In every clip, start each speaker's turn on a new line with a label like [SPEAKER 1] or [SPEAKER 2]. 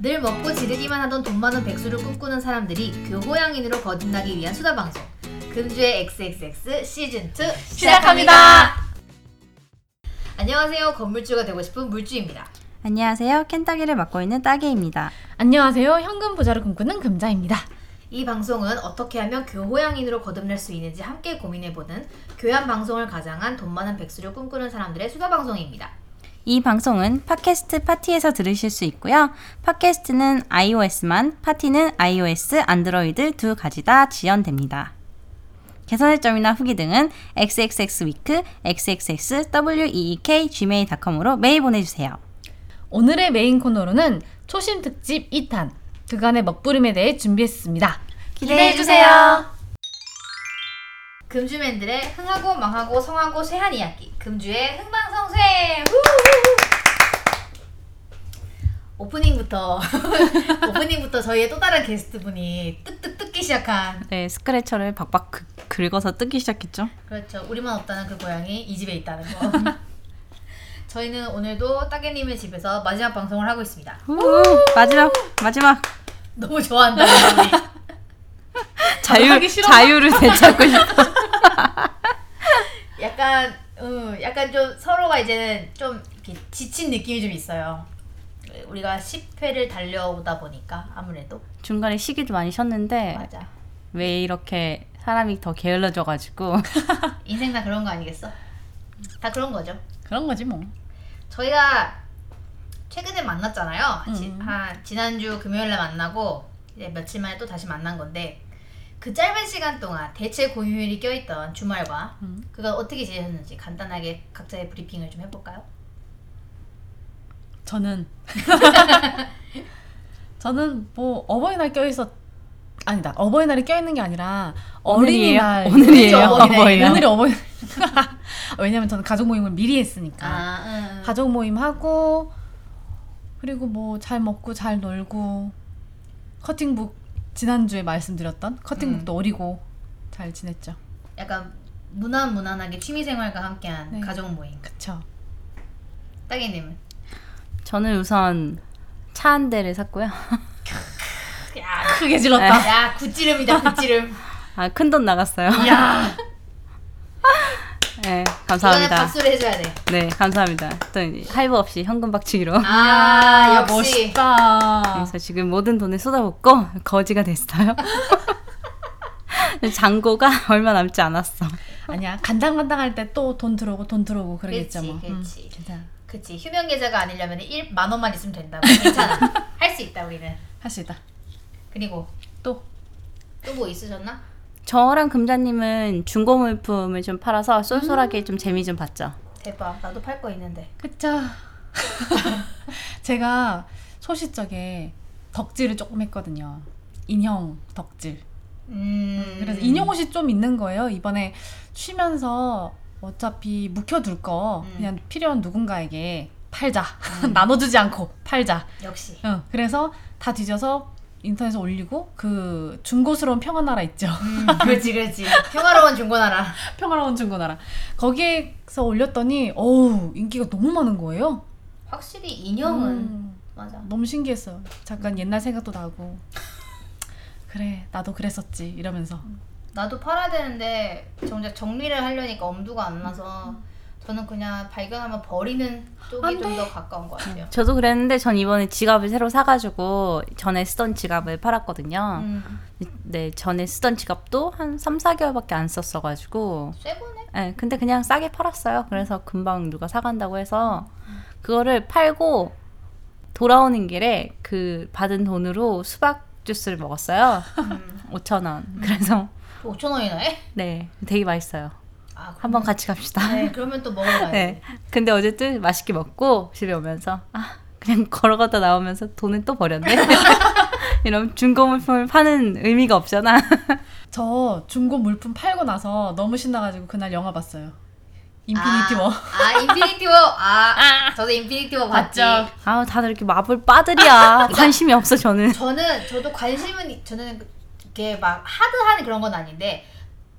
[SPEAKER 1] 늘 먹고 지르기만 하던 돈 많은 백수를 꿈꾸는 사람들이 그 교호양인으로 거듭나기 위한 수다 방송 금주의 XXX 시즌 2 시작합니다. 안녕하세요. 건물주가 되고 싶은 물주입니다.
[SPEAKER 2] 안녕하세요. 켄타기를 맡고 있는 따개입니다.
[SPEAKER 3] 안녕하세요. 현금 부자를 꿈꾸는 금자입니다.
[SPEAKER 1] 이 방송은 어떻게 하면 그 교호양인으로 거듭날 수 있는지 함께 고민해보는 교양 방송을 가장한 돈 많은 백수를 꿈꾸는 사람들의 수다 방송입니다.
[SPEAKER 2] 이 방송은 팟캐스트 파티에서 들으실 수 있고요. 팟캐스트는 iOS만, 파티는 iOS, 안드로이드 두 가지 다 지원됩니다. 개선할 점이나 후기 등은 xxxweek, xxxweek, gmail.com으로 메일 보내주세요.
[SPEAKER 3] 오늘의 메인 코너로는 초심 특집 2탄 그간의 먹부림에 대해 준비했습니다.
[SPEAKER 2] 기대해주세요.
[SPEAKER 1] 네, 금주맨들의 흥하고 망하고 성하고 쇠한 이야기 금주의 흥망성쇠 후! 오프닝부터 오프닝부터 저희의 또 다른 게스트분이 뚝뚝 뜯기 시작한
[SPEAKER 2] 네, 스크래처를 박박 그, 긁- 긁어서 뜯기 시작했죠.
[SPEAKER 1] 그렇죠 우리만 없다는 그 고양이 이 집에 있다는 거 저희는 오늘도 따개님의 집에서 마지막 방송을 하고 있습니다
[SPEAKER 2] 우! 마지막, 마지막.
[SPEAKER 1] 너무 좋아한다 우리
[SPEAKER 2] 자유, 자유를 되찾고 싶어.
[SPEAKER 1] 약간 음, 약간 좀 서로가 이제는 좀 이렇게 지친 느낌이 좀 있어요. 우리가 10회를 달려오다 보니까 아무래도
[SPEAKER 2] 중간에 시기도 많이 쉬었는데
[SPEAKER 1] 맞아.
[SPEAKER 2] 왜 이렇게 사람이 더 게을러져가지고
[SPEAKER 1] 인생 다 그런 거 아니겠어? 다 그런 거죠.
[SPEAKER 3] 그런 거지 뭐.
[SPEAKER 1] 저희가 최근에 만났잖아요. 지,
[SPEAKER 3] 음.
[SPEAKER 1] 한 지난주 금요일에 만나고 이제 며칠 만에 또 다시 만난 건데 그 짧은 시간 동안 대체 공휴일이 껴있던 주말과
[SPEAKER 3] 음.
[SPEAKER 1] 그걸 어떻게 지내셨는지 간단하게 각자의 브리핑을 좀 해볼까요?
[SPEAKER 3] 저는 저는 뭐 어버이날 껴있어 아니다 어버이날에 껴있는 게 아니라
[SPEAKER 2] 오늘이에요?
[SPEAKER 3] 어린이날
[SPEAKER 2] 오늘이에요
[SPEAKER 1] 그렇죠, 어버이날.
[SPEAKER 2] 어버이날
[SPEAKER 3] 오늘이 어버이 왜냐면 저는 가족 모임을 미리 했으니까
[SPEAKER 1] 아, 응.
[SPEAKER 3] 가족 모임 하고 그리고 뭐 잘 먹고 잘 놀고 커팅북 지난주에 말씀드렸던 커팅북도 어리고 잘 지냈죠.
[SPEAKER 1] 약간 무난 무난하게 취미생활과 함께한
[SPEAKER 3] 네.
[SPEAKER 1] 가족 모임.
[SPEAKER 3] 그쵸.
[SPEAKER 1] 따개님은
[SPEAKER 2] 저는 우선 차 한 대를 샀고요
[SPEAKER 1] 아. 야,
[SPEAKER 3] 크게 질렀다.
[SPEAKER 1] 야 굿지름이다 굿지름.
[SPEAKER 2] 아 큰 돈 나갔어요
[SPEAKER 1] 야,
[SPEAKER 2] 네
[SPEAKER 1] 이거는
[SPEAKER 2] 감사합니다
[SPEAKER 1] 박수를 해줘야 돼.
[SPEAKER 2] 네 감사합니다 또 이제 할부 없이 현금 박치기로
[SPEAKER 1] 아, 역시.
[SPEAKER 3] 멋있다.
[SPEAKER 2] 그래서 지금 모든 돈을 쏟아붓고 거지가 됐어요 잔고가 얼마 남지 않았어
[SPEAKER 3] 아니야 간당간당할 때 또 돈 들어오고 돈 들어오고 그러겠죠
[SPEAKER 1] 그렇지,
[SPEAKER 3] 뭐.
[SPEAKER 1] 그렇지.
[SPEAKER 3] 음, 괜찮아.
[SPEAKER 1] 그치 휴면 계좌가 아니려면 1만 원만 있으면 된다고. 괜찮아. 할 수 있다 우리는.
[SPEAKER 3] 할수 있다.
[SPEAKER 1] 그리고
[SPEAKER 3] 또
[SPEAKER 1] 또 뭐 있으셨나?
[SPEAKER 2] 저랑 금자님은 중고 물품을 좀 팔아서 쏠쏠하게 좀 재미 좀 봤죠
[SPEAKER 1] 대박. 나도 팔 거 있는데.
[SPEAKER 3] 그쵸. 제가 소시적에 덕질을 조금 했거든요. 인형 덕질.
[SPEAKER 1] 음.
[SPEAKER 3] 그래서 인형 옷이 좀 있는 거예요. 이번에 쉬면서 어차피 묵혀둘 거
[SPEAKER 1] 음.
[SPEAKER 3] 그냥 필요한 누군가에게 팔자. 나눠주지 않고 팔자.
[SPEAKER 1] 역시.
[SPEAKER 3] 응. 그래서 다 뒤져서 인터넷에 올리고 그 중고스러운 평화나라 있죠.
[SPEAKER 1] 음, 그렇지, 그렇지. 평화로운 중고나라.
[SPEAKER 3] 평화로운 중고나라. 거기에서 올렸더니 어우 인기가 너무 많은 거예요.
[SPEAKER 1] 확실히 인형은
[SPEAKER 3] 음,
[SPEAKER 1] 맞아.
[SPEAKER 3] 너무 신기했어요. 잠깐 옛날 생각도 나고. 그래 나도 그랬었지 이러면서
[SPEAKER 1] 나도 팔아야 되는데 정작 정리를 하려니까 엄두가 안 나서 저는 그냥 발견하면 버리는 쪽이
[SPEAKER 3] 안
[SPEAKER 1] 좀 더 가까운 것 같아요.
[SPEAKER 2] 저도 그랬는데 전 이번에 지갑을 새로 사가지고 전에 쓰던 지갑을 팔았거든요
[SPEAKER 1] 음,
[SPEAKER 2] 네, 전에 쓰던 지갑도 한 3, 4개월밖에 안 썼어가지고.
[SPEAKER 1] 쇠고네?
[SPEAKER 2] 네, 근데 그냥 싸게 팔았어요. 그래서 금방 누가 사간다고 해서 그거를 팔고 돌아오는 길에 그 받은 돈으로 수박 주스를 먹었어요.
[SPEAKER 1] 음,
[SPEAKER 2] 5,000원. 그래서,
[SPEAKER 1] 5천 원이나 해?
[SPEAKER 2] 네, 되게 맛있어요.
[SPEAKER 1] 아,
[SPEAKER 2] 한번 같이 갑시다.
[SPEAKER 1] 네, 그러면 또 먹어봐야지.
[SPEAKER 2] 네. 근데 어쨌든 맛있게 먹고 집에 오면서, 아, 그냥 걸어가다 나오면서 돈은 또 버렸네. 이런 중고 물품을 파는 의미가 없잖아.
[SPEAKER 3] 저 중고 물품 팔고 나서 너무 신나가지고 그날 영화 봤어요. 인피니티
[SPEAKER 1] 아,
[SPEAKER 3] 워.
[SPEAKER 1] 아, 인피니티 워. 아, 저도 인피니티 워 봤지.
[SPEAKER 3] 봤죠.
[SPEAKER 2] 아 다들 이렇게 마블 빠들이야 관심이 없어 저는
[SPEAKER 1] 저는 저도 관심은 있- 저는 이게 막 하드한 그런 건 아닌데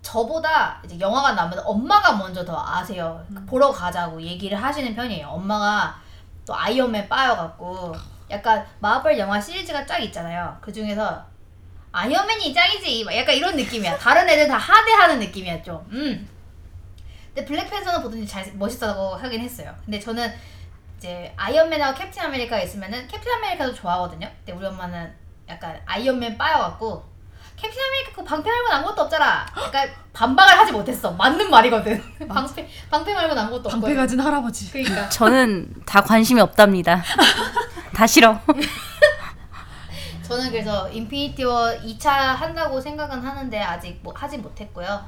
[SPEAKER 1] 저보다 이제 영화가 나면 엄마가 먼저 더 아세요. 보러 가자고 얘기를 하시는 편이에요. 엄마가 또 아이언맨 빠여갖고 약간 마블 영화 시리즈가 쫙 있잖아요. 그 중에서 아이언맨이 짱이지. 막 약간 이런 느낌이야. 다른 애들 다 하대하는 느낌이야 좀. 음. 근데 블랙팬서는 보든지 잘 멋있다고 하긴 했어요. 근데 저는 이제 아이언맨하고 캡틴 아메리카가 있으면은 캡틴 아메리카도 좋아하거든요. 근데 우리 엄마는 약간 아이언맨 빠여갖고 캡틴 아메리카 그 방패 말고 아무것도 없잖아. 약간 반박을 하지 못했어. 맞는 말이거든. 방패 방패 말고 아무것도 없고.
[SPEAKER 3] 방패 가진 할아버지.
[SPEAKER 1] 그러니까.
[SPEAKER 2] 저는 다 관심이 없답니다. 다 싫어.
[SPEAKER 1] 저는 그래서 인피니티 워 2차 한다고 생각은 하는데 아직 뭐 하진 못했고요.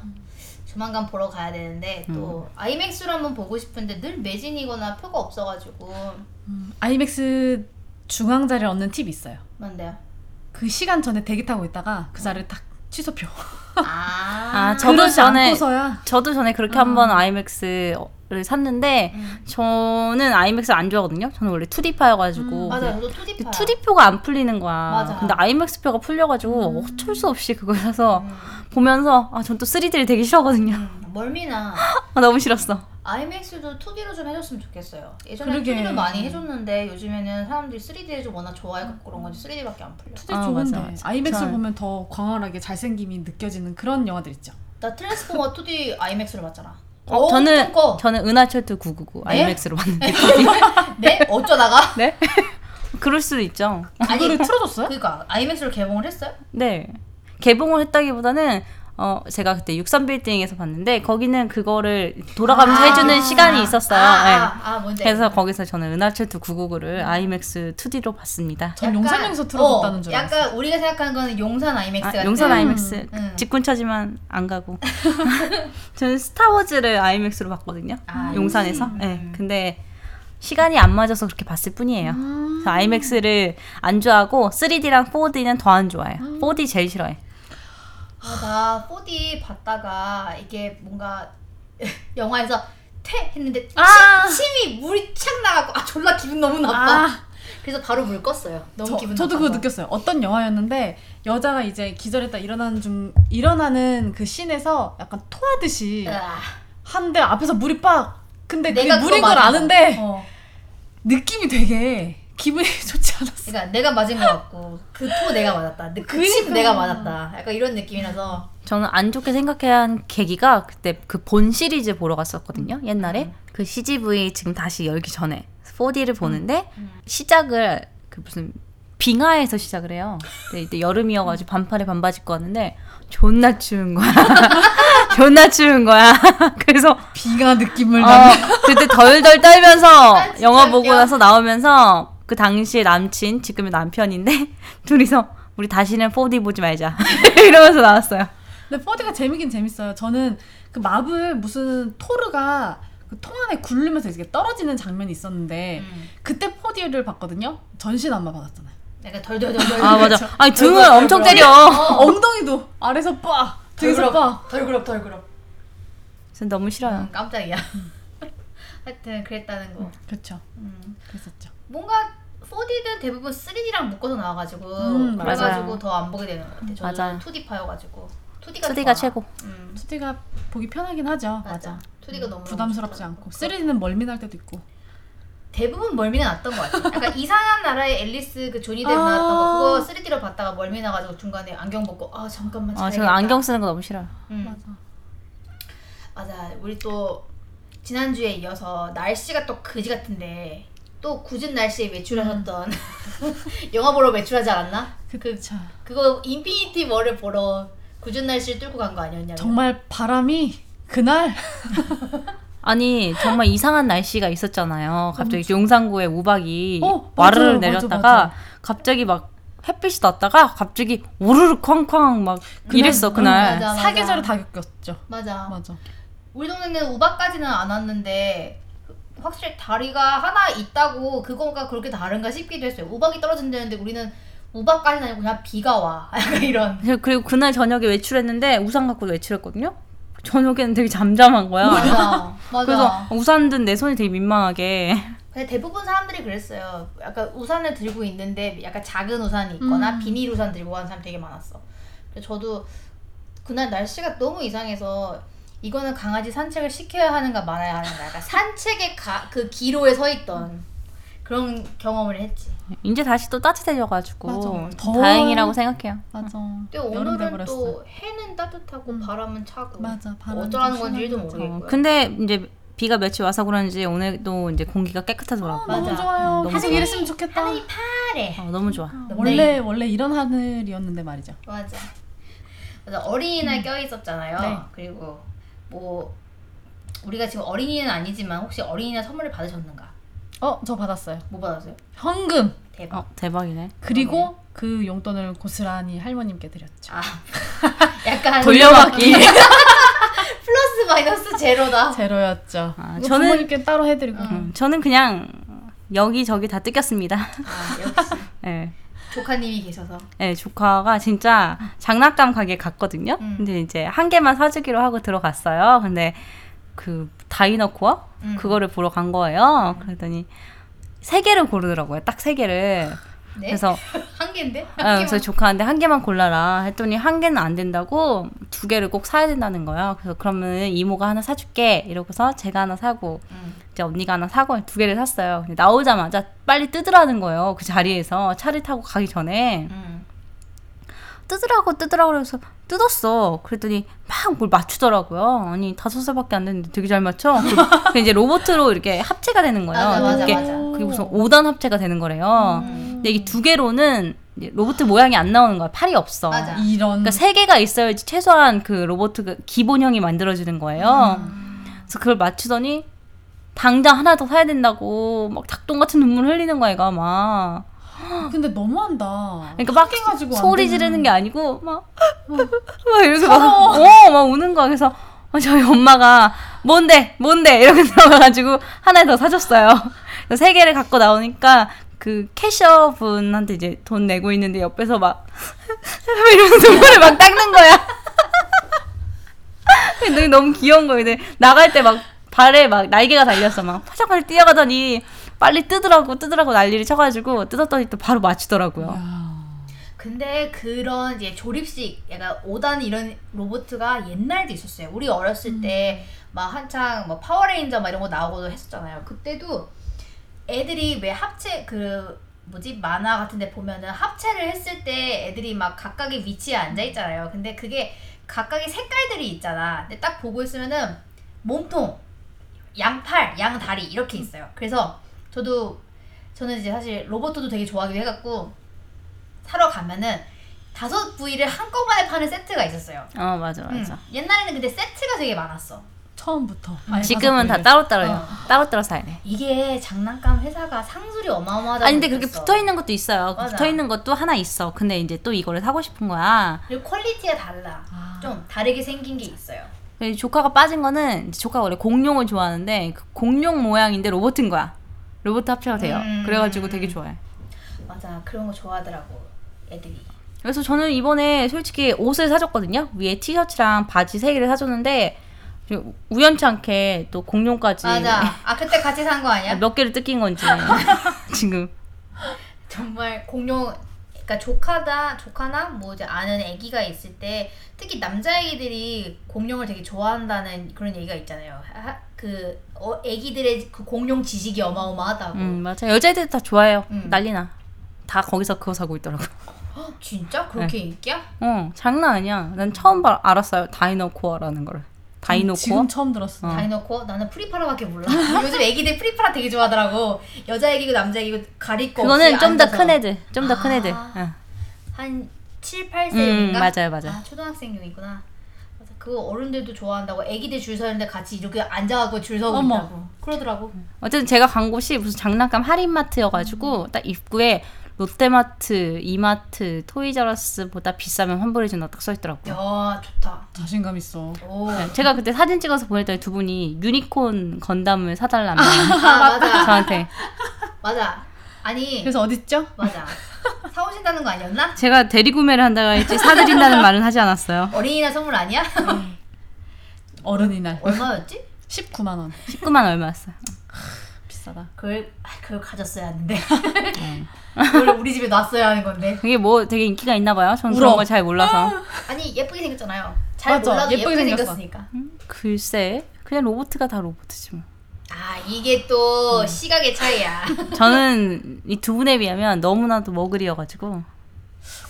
[SPEAKER 1] 조만간 보러 가야 되는데
[SPEAKER 3] 음.
[SPEAKER 1] 또 아이맥스로 한번 보고 싶은데 늘 매진이거나 표가 없어가지고
[SPEAKER 3] 음, 아이맥스 중앙 자리를 얻는 팁이 있어요.
[SPEAKER 1] 뭔데요?
[SPEAKER 3] 그 시간 전에 대기 타고 있다가 그 자리를 딱 취소표.
[SPEAKER 1] 아,
[SPEAKER 2] 아, 저도
[SPEAKER 3] 그러지
[SPEAKER 2] 전에-
[SPEAKER 3] 않고서야.
[SPEAKER 2] 저도 전에 그렇게 한번 아이맥스를 샀는데
[SPEAKER 1] 음.
[SPEAKER 2] 저는 아이맥스 안 좋아하거든요. 저는 원래 2D파여가지고
[SPEAKER 1] 음, 맞아 저도 2D 파.
[SPEAKER 2] 2D표가 안 풀리는 거야.
[SPEAKER 1] 맞아.
[SPEAKER 2] 근데 아이맥스표가 풀려가지고 어쩔 수 없이 그걸 사서
[SPEAKER 1] 음,
[SPEAKER 2] 보면서 아 전 또 3D를 되게 싫어하거든요.
[SPEAKER 1] 음, 멀미나
[SPEAKER 2] 아, 너무 싫었어.
[SPEAKER 1] 아이맥스도 2D로 좀 해줬으면 좋겠어요. 예전에
[SPEAKER 3] 그러게.
[SPEAKER 1] 2D로 많이 해줬는데 요즘에는 사람들이 3D를 좀 워낙 좋아해서 그런 건지 3D밖에 안 풀려.
[SPEAKER 3] 투자
[SPEAKER 2] 아,
[SPEAKER 3] 좋은데
[SPEAKER 2] 맞아, 맞아.
[SPEAKER 3] 아이맥스
[SPEAKER 2] 잘.
[SPEAKER 3] 를 보면 더 광활하게 잘생김이 느껴지는 그런 영화들 있죠.
[SPEAKER 1] 나 트랜스포머 2D 아이맥스로 봤잖아.
[SPEAKER 2] 어, 저는
[SPEAKER 1] 엄청 커.
[SPEAKER 2] 저는 은하철도 999
[SPEAKER 1] 네?
[SPEAKER 2] 아이맥스로 봤는데
[SPEAKER 1] 네? 어쩌다가?
[SPEAKER 2] 네? 그럴 수도 있죠.
[SPEAKER 1] 아니
[SPEAKER 3] 그거를 틀어줬어요?
[SPEAKER 1] 그러니까 아이맥스로 개봉을 했어요?
[SPEAKER 2] 네 개봉을 했다기보다는 어 제가 그때 63빌딩에서 봤는데 거기는 그거를 돌아가면서
[SPEAKER 1] 아.
[SPEAKER 2] 해주는 시간이 있었어요.
[SPEAKER 1] 아,
[SPEAKER 2] 네.
[SPEAKER 1] 아, 음. 아, 뭔지.
[SPEAKER 2] 그래서 거기서 저는 은하철도 999를 아이맥스 2D로 봤습니다.
[SPEAKER 3] 전
[SPEAKER 1] 약간,
[SPEAKER 3] 용산역에서 틀어줬다는
[SPEAKER 1] 어,
[SPEAKER 3] 줄 알았어요.
[SPEAKER 1] 약간 우리가 생각하는 거는 용산 아이맥스
[SPEAKER 2] 아,
[SPEAKER 1] 같은.
[SPEAKER 2] 용산 아이맥스
[SPEAKER 1] 음.
[SPEAKER 2] 직군차지만 안 가고 저는 스타워즈를 아이맥스로 봤거든요.
[SPEAKER 1] 아,
[SPEAKER 2] 용산에서.
[SPEAKER 1] 음.
[SPEAKER 2] 네. 근데 시간이 안 맞아서 그렇게 봤을 뿐이에요.
[SPEAKER 1] 음.
[SPEAKER 2] 그래서 아이맥스를 안 좋아하고 3D랑 4D는 더 안 좋아해요.
[SPEAKER 1] 음.
[SPEAKER 2] 4D 제일 싫어해.
[SPEAKER 1] 아, 나 4D 봤다가 이게 뭔가 영화에서 퇴 했는데
[SPEAKER 2] 아.
[SPEAKER 1] 침, 침이 물이 착 나가고 아 졸라 기분 너무 나빠. 그래서 바로 물 껐어요. 너무 기분
[SPEAKER 3] 아. 저, 도
[SPEAKER 1] 나빠서.
[SPEAKER 3] 그거 느꼈어요. 어떤 영화였는데 여자가 이제 기절했다 일어나는 중 일어나는 그 씬에서 약간 토하듯이
[SPEAKER 1] 으아.
[SPEAKER 3] 한데 앞에서 물이 빡. 근데 그게
[SPEAKER 1] 네. 내가 그거
[SPEAKER 3] 물인 걸
[SPEAKER 1] 맞아.
[SPEAKER 3] 아는데
[SPEAKER 1] 어.
[SPEAKER 3] 느낌이 되게 기분이 좋지 않았어.
[SPEAKER 1] 그러니까 내가 맞은 것 같고 그 토 내가 맞았다. 근데 그침
[SPEAKER 3] 그러니까.
[SPEAKER 1] 내가 맞았다. 약간 이런 느낌이라서
[SPEAKER 2] 저는 안 좋게 생각해야 한 계기가 그때 그 본 시리즈 보러 갔었거든요.
[SPEAKER 1] 음.
[SPEAKER 2] 옛날에 그 CGV 지금 다시 열기 전에 4D를 보는데
[SPEAKER 1] 음.
[SPEAKER 2] 시작을 그 무슨 빙하에서 시작을 해요. 근데 이때
[SPEAKER 1] 음.
[SPEAKER 2] 여름이어가지고 반팔에 반바지 입고 왔는데 존나 추운 거야. 존나 추운 거야. 그래서
[SPEAKER 3] 비가 느낌을
[SPEAKER 2] 어,
[SPEAKER 3] 나는.
[SPEAKER 2] 그때 덜덜 떨면서
[SPEAKER 1] 아, 진짜
[SPEAKER 2] 영화 보고
[SPEAKER 1] 웃겨.
[SPEAKER 2] 나서 나오면서 그 당시에 남친 지금의 남편인데 둘이서 우리 다시는 4D 보지 말자 이러면서 나왔어요.
[SPEAKER 3] 근데 4D가 재밌긴 재밌어요. 저는 그 마블 무슨 토르가 그 통 안에 굴르면서 이렇게 떨어지는 장면이 있었는데
[SPEAKER 1] 음.
[SPEAKER 3] 그때 4D를 봤거든요. 전신 안마 받았잖아요.
[SPEAKER 1] 약간 덜덜덜덜.
[SPEAKER 2] 아 맞아. 아니 등을
[SPEAKER 1] 얼굴,
[SPEAKER 2] 엄청
[SPEAKER 1] 얼굴.
[SPEAKER 2] 때려.
[SPEAKER 1] 어.
[SPEAKER 3] 엉덩이도 아래서 빠 등에서 빠.
[SPEAKER 1] 덜그럽 덜그럽.
[SPEAKER 2] 전 너무 싫어요.
[SPEAKER 1] 음, 깜짝이야. 하여튼 그랬다는 거.
[SPEAKER 3] 그렇죠.
[SPEAKER 1] 음.
[SPEAKER 3] 그랬었죠.
[SPEAKER 1] 뭔가 4D는 대부분 3D랑 묶어서 나와가지고
[SPEAKER 3] 음,
[SPEAKER 1] 그래가지고
[SPEAKER 2] 맞아요.
[SPEAKER 1] 더 안 보게 되는 것 같아. 저는
[SPEAKER 2] 맞아요.
[SPEAKER 1] 2D 파여가지고 2D가
[SPEAKER 2] 2D가
[SPEAKER 1] 좋아.
[SPEAKER 2] 최고.
[SPEAKER 1] 음,
[SPEAKER 3] 2D가 보기 편하긴 하죠. 맞아. 음,
[SPEAKER 1] 맞아. 2D가 너무
[SPEAKER 3] 부담스럽지
[SPEAKER 1] 좋더라고.
[SPEAKER 3] 않고 3D는 멀미날 때도 있고.
[SPEAKER 1] 대부분 멀미는 났던 것 같아. 약간 이상한 나라의 앨리스 그 조니 뎁
[SPEAKER 3] 아.
[SPEAKER 1] 나왔던 거 그거 3D로 봤다가 멀미 나가지고 중간에 안경 벗고 아 잠깐만
[SPEAKER 2] 아 저는
[SPEAKER 1] 자야겠다.
[SPEAKER 2] 안경 쓰는 거 너무 싫어요.
[SPEAKER 1] 음.
[SPEAKER 3] 맞아.
[SPEAKER 1] 맞아. 우리 또 지난주에 이어서 날씨가 또 그지 같은데 또 굳은 날씨에
[SPEAKER 2] 음.
[SPEAKER 1] 외출하셨던 영화 보러 외출하지 않았나? 그
[SPEAKER 3] 그쵸.
[SPEAKER 1] 그거 인피니티 워를 보러 굳은 날씨를 뚫고 간 거 아니었냐고.
[SPEAKER 3] 정말 바람이 그날
[SPEAKER 2] 아니 정말 이상한 날씨가 있었잖아요. 갑자기 용산구에 우박이
[SPEAKER 3] 어, 맞아요,
[SPEAKER 2] 와르르
[SPEAKER 3] 맞아,
[SPEAKER 2] 내렸다가
[SPEAKER 3] 맞아.
[SPEAKER 2] 갑자기 막 햇빛이 났다가 갑자기 오르르 쾅쾅 막
[SPEAKER 3] 그날-
[SPEAKER 2] 이랬어
[SPEAKER 1] 응,
[SPEAKER 2] 그날.
[SPEAKER 1] 맞아, 맞아.
[SPEAKER 3] 사계절을 다 겪었죠.
[SPEAKER 1] 맞아.
[SPEAKER 3] 맞아.
[SPEAKER 1] 우리 동네는 우박까지는 안 왔는데 확실히 다리가 하나 있다고 그거가 그렇게 다른가 싶기도 했어요. 우박이 떨어진다는데 우리는 우박까지는 아니고 그냥 비가 와. 약간 이런.
[SPEAKER 2] 그리고 그날 저녁에 외출했는데 우산 갖고 외출했거든요. 저녁에는 되게 잠잠한 거야.
[SPEAKER 1] 맞아. 맞아.
[SPEAKER 2] 그래서 우산 든 내 손이 되게 민망하게.
[SPEAKER 1] 근데 대부분 사람들이 그랬어요. 약간 우산을 들고 있는데 약간 작은 우산이 있거나
[SPEAKER 3] 음.
[SPEAKER 1] 비닐 우산 들고 가는 사람 되게 많았어. 근데 저도 그날 날씨가 너무 이상해서 이거는 강아지 산책을 시켜야 하는가 말아야 하는가. 약간 산책의 가, 그 기로에 서 있던 그런 경험을 했지.
[SPEAKER 2] 이제 다시 또 따뜻해져가지고
[SPEAKER 3] 맞아. 더워요.
[SPEAKER 2] 다행이라고 생각해요.
[SPEAKER 3] 맞아.
[SPEAKER 2] 음.
[SPEAKER 1] 근데
[SPEAKER 3] 여름
[SPEAKER 1] 오늘은
[SPEAKER 3] 돼버렸어.
[SPEAKER 1] 또 해는 따뜻하고 바람은 차고
[SPEAKER 3] 음. 맞아. 바람
[SPEAKER 1] 어쩌라는 건지도
[SPEAKER 3] 좀 심하게
[SPEAKER 1] 모르겠고요.
[SPEAKER 2] 어, 근데 이제 비가 며칠 와서 그런지 오늘도 이제 공기가 깨끗하더라고.
[SPEAKER 3] 불어. 어, 너무
[SPEAKER 1] 맞아.
[SPEAKER 3] 좋아요.
[SPEAKER 2] 너무
[SPEAKER 3] 계속
[SPEAKER 1] 좋아.
[SPEAKER 3] 이랬으면 좋겠다.
[SPEAKER 1] 하늘이 파래.
[SPEAKER 2] 어, 너무 좋아.
[SPEAKER 3] 원래 원래 이런 하늘이었는데 말이죠.
[SPEAKER 1] 맞아. 맞아.
[SPEAKER 2] 음.
[SPEAKER 1] 어린이날 껴 있었잖아요.
[SPEAKER 3] 네.
[SPEAKER 1] 그리고 뭐 우리가 지금 어린이는 아니지만 혹시 어린이날 선물을 받으셨는가?
[SPEAKER 3] 어, 저 받았어요.
[SPEAKER 1] 뭐 받았어요?
[SPEAKER 3] 현금.
[SPEAKER 1] 대박.
[SPEAKER 2] 어, 대박이네.
[SPEAKER 3] 그리고 그 용돈을 고스란히 할머님께 드렸죠.
[SPEAKER 1] 아. 약간
[SPEAKER 2] 아, 돌려받기.
[SPEAKER 1] 플러스 마이너스 제로다.
[SPEAKER 3] 제로였죠.
[SPEAKER 2] 아,
[SPEAKER 3] 이거
[SPEAKER 2] 저는-
[SPEAKER 3] 부모님께 따로 해드리고.
[SPEAKER 2] 음, 저는 그냥 여기 저기 다 뜯겼습니다.
[SPEAKER 1] 아, 역시
[SPEAKER 2] 네.
[SPEAKER 1] 조카님이 계셔서.
[SPEAKER 2] 네, 조카가 진짜 장난감 가게 갔거든요.
[SPEAKER 1] 음.
[SPEAKER 2] 근데 이제 한 개만 사주기로 하고 들어갔어요. 근데 그 다이너코어
[SPEAKER 1] 음.
[SPEAKER 2] 그거를 보러 간 거예요. 그랬더니 세 개를 고르더라고요. 딱 세 개를.
[SPEAKER 1] 네.
[SPEAKER 2] 그래서
[SPEAKER 1] 한 개인데? 한
[SPEAKER 2] 네,
[SPEAKER 1] 개만.
[SPEAKER 2] 그래서 조카한테 한 개만 골라라 했더니 한 개는 안 된다고 두 개를 꼭 사야 된다는 거야. 그래서 그러면 이모가 하나 사줄게 이러고서 제가 하나 사고
[SPEAKER 1] 음.
[SPEAKER 2] 이제 언니가 하나 사고 두 개를 샀어요. 근데 나오자마자 빨리 뜯으라는 거예요. 그 자리에서 차를 타고 가기 전에
[SPEAKER 1] 음.
[SPEAKER 2] 뜯으라고 뜯으라고 그래서 뜯었어. 그랬더니 막 뭘 맞추더라고요. 아니 다섯 살밖에 안 됐는데 되게 잘 맞춰. 그- 그 이제 로봇으로 이렇게 합체가 되는 거예요.
[SPEAKER 1] 맞아, 맞아,
[SPEAKER 2] 그게,
[SPEAKER 1] 맞아.
[SPEAKER 2] 그게 무슨 5단 합체가 되는 거래요.
[SPEAKER 1] 음.
[SPEAKER 2] 근데 이 두 개로는 이제 로봇 모양이 안 나오는 거야. 팔이 없어.
[SPEAKER 1] 맞아.
[SPEAKER 3] 이런
[SPEAKER 2] 그러니까 세 개가 있어야지 최소한 그 로봇 그 기본형이 만들어지는 거예요.
[SPEAKER 1] 음.
[SPEAKER 2] 그래서 그걸 맞추더니 당장 하나 더 사야 된다고 막 닭똥 같은 눈물 흘리는 거야, 얘가 막.
[SPEAKER 3] 근데 너무한다.
[SPEAKER 2] 그러니까 막
[SPEAKER 3] 섞여가지고 안
[SPEAKER 2] 소리
[SPEAKER 3] 되는- 어.
[SPEAKER 2] 지르는 게 아니고 막, 막 이렇게 막, 어, 막 우는 거야. 그래서 어, 저희 엄마가 뭔데, 뭔데 이렇게 들어가가지고 하나 더 사줬어요. 그래서 세 개를 갖고 나오니까 그 캐셔 분한테 이제 돈 내고 있는데 옆에서 막 이러면서 눈물을 막 닦는 거야. 근데 너무 귀여운 거예요. 근데 나갈 때 막 발에 막 날개가 달렸어. 막 파짝파짝 뛰어가더니 빨리 뜯으라고 뜯으라고 난리를 쳐가지고 뜯었더니 또 바로 맞추더라고요.
[SPEAKER 3] 야.
[SPEAKER 1] 근데 그런 이제 조립식 약간 5단 이런 로봇가 옛날도 있었어요. 우리 어렸을 때 막 한창 뭐 파워레인저 막 이런 거 나오고도 했었잖아요. 그때도 애들이 왜 합체 그 뭐지 만화 같은데 보면은 합체를 했을 때 애들이 막 각각의 위치에 앉아 있잖아요. 근데 그게 각각의 색깔들이 있잖아. 근데 딱 보고 있으면은 몸통, 양팔, 양다리 이렇게 있어요. 그래서 저도 저는 이제 사실 로봇도 되게 좋아하기도 해갖고 사러 가면은 다섯 부위를 한꺼번에 파는 세트가 있었어요.
[SPEAKER 2] 어 맞아 맞아.
[SPEAKER 1] 음, 옛날에는 근데 세트가 되게 많았어.
[SPEAKER 3] 처음부터. 아니,
[SPEAKER 2] 지금은 다
[SPEAKER 3] 가서
[SPEAKER 2] 따로따로요.
[SPEAKER 1] 어.
[SPEAKER 2] 따로따로 사야 돼.
[SPEAKER 1] 이게 장난감 회사가 상술이 어마어마하다.
[SPEAKER 2] 아니 근데 그렇게 붙어 있는 것도 있어요.
[SPEAKER 1] 맞아.
[SPEAKER 2] 붙어 있는 것도 하나 있어. 근데 이제 또 이거를 사고 싶은 거야.
[SPEAKER 1] 그리고 퀄리티가 달라.
[SPEAKER 3] 아.
[SPEAKER 1] 좀 다르게 생긴 게 있어요.
[SPEAKER 2] 근데 그 조카가 빠진 거는 이제 조카가 원래 공룡을 좋아하는데 그 공룡 모양인데 로봇인 거야. 로봇 합체가 돼요.
[SPEAKER 1] 음.
[SPEAKER 2] 그래가지고 되게 좋아해.
[SPEAKER 1] 맞아, 그런 거 좋아하더라고 애들이.
[SPEAKER 2] 그래서 저는 이번에 솔직히 옷을 사줬거든요. 위에 티셔츠랑 바지 세 개를 사줬는데 우연찮게 또 공룡까지
[SPEAKER 1] 맞아. 아 그때 같이 산 거 아니야?
[SPEAKER 2] 몇 개를 뜯긴 건지 지금
[SPEAKER 1] 정말 공룡 그러니까 조카다 조카나 뭐 이제 아는 아기가 있을 때 특히 남자아기들이 공룡을 되게 좋아한다는 그런 얘기가 있잖아요. 하- 그 어, 아기들의 그 공룡 지식이 어마어마하다고.
[SPEAKER 2] 음 맞아 여자애들 다 좋아해요
[SPEAKER 1] 음.
[SPEAKER 2] 난리나 다 거기서 그거 사고 있더라고
[SPEAKER 1] 헉, 진짜 그렇게 인기야?
[SPEAKER 2] 어 장난 아니야 난 처음 봐, 알았어요 다이노코어라는 거를 다이노코어
[SPEAKER 3] 지금 처음 들었어.
[SPEAKER 1] 다이너코 나는 프리파라밖에 몰라. 요즘 아기들 프리파라 되게 좋아하더라고. 여자 아기고 남자 아기고 가릴 거
[SPEAKER 2] 그거는
[SPEAKER 1] 없이
[SPEAKER 2] 좀 더
[SPEAKER 1] 앉아서.
[SPEAKER 2] 큰 애들 좀 더 큰
[SPEAKER 1] 아.
[SPEAKER 2] 애들 어.
[SPEAKER 1] 한 7, 8세인가?
[SPEAKER 2] 음 맞아요 맞아
[SPEAKER 1] 아 초등학생용이구나. 맞아. 그거 어른들도 좋아한다고 애기들 줄 서는데 같이 이렇게 앉아갖고 줄 서고
[SPEAKER 3] 어머.
[SPEAKER 1] 있다고 그러더라고.
[SPEAKER 2] 어쨌든 제가 간 곳이 무슨 장난감
[SPEAKER 1] 음.
[SPEAKER 2] 할인마트여가지고 딱 입구에 롯데마트 이마트 토이저러스보다 비싸면 환불해준다 딱 써있더라고요
[SPEAKER 1] 야 좋다.
[SPEAKER 3] 자신감 있어.
[SPEAKER 1] 오. 아
[SPEAKER 2] 제가 그때 사진 찍어서 보냈더니 두 분이 유니콘 건담을 사달라며
[SPEAKER 1] 맞아
[SPEAKER 2] 저한테
[SPEAKER 1] 맞아. 아니
[SPEAKER 3] 그래서 어딨죠?
[SPEAKER 1] 맞아. 사오신다는 거 아니었나?
[SPEAKER 2] 제가 대리구매를 한다고 했지 사드린다는 말은 하지 않았어요
[SPEAKER 1] 어린이날 선물 아니야?
[SPEAKER 3] 어른이날
[SPEAKER 1] 얼마였지?
[SPEAKER 3] 19만 원.
[SPEAKER 2] 19만 얼마였어요
[SPEAKER 3] 비싸다.
[SPEAKER 1] 그걸 아, 그걸 가졌어야 하는데 그걸 우리 집에 놨어야 하는 건데.
[SPEAKER 2] 그게 뭐 되게 인기가 있나 봐요. 전
[SPEAKER 3] 울어.
[SPEAKER 2] 그런 걸 잘 몰라서.
[SPEAKER 1] 아니 예쁘게 생겼잖아요. 잘
[SPEAKER 3] 맞아,
[SPEAKER 1] 몰라도 예쁘게,
[SPEAKER 2] 음,
[SPEAKER 3] 예쁘게 생겼어.
[SPEAKER 1] 생겼으니까.
[SPEAKER 2] 글쎄. 그냥 로봇가 다 로봇이지 뭐.
[SPEAKER 1] 아 이게 또 시각의 차이야.
[SPEAKER 2] 저는 이 두 분에 비하면 너무나도 머글이어가지고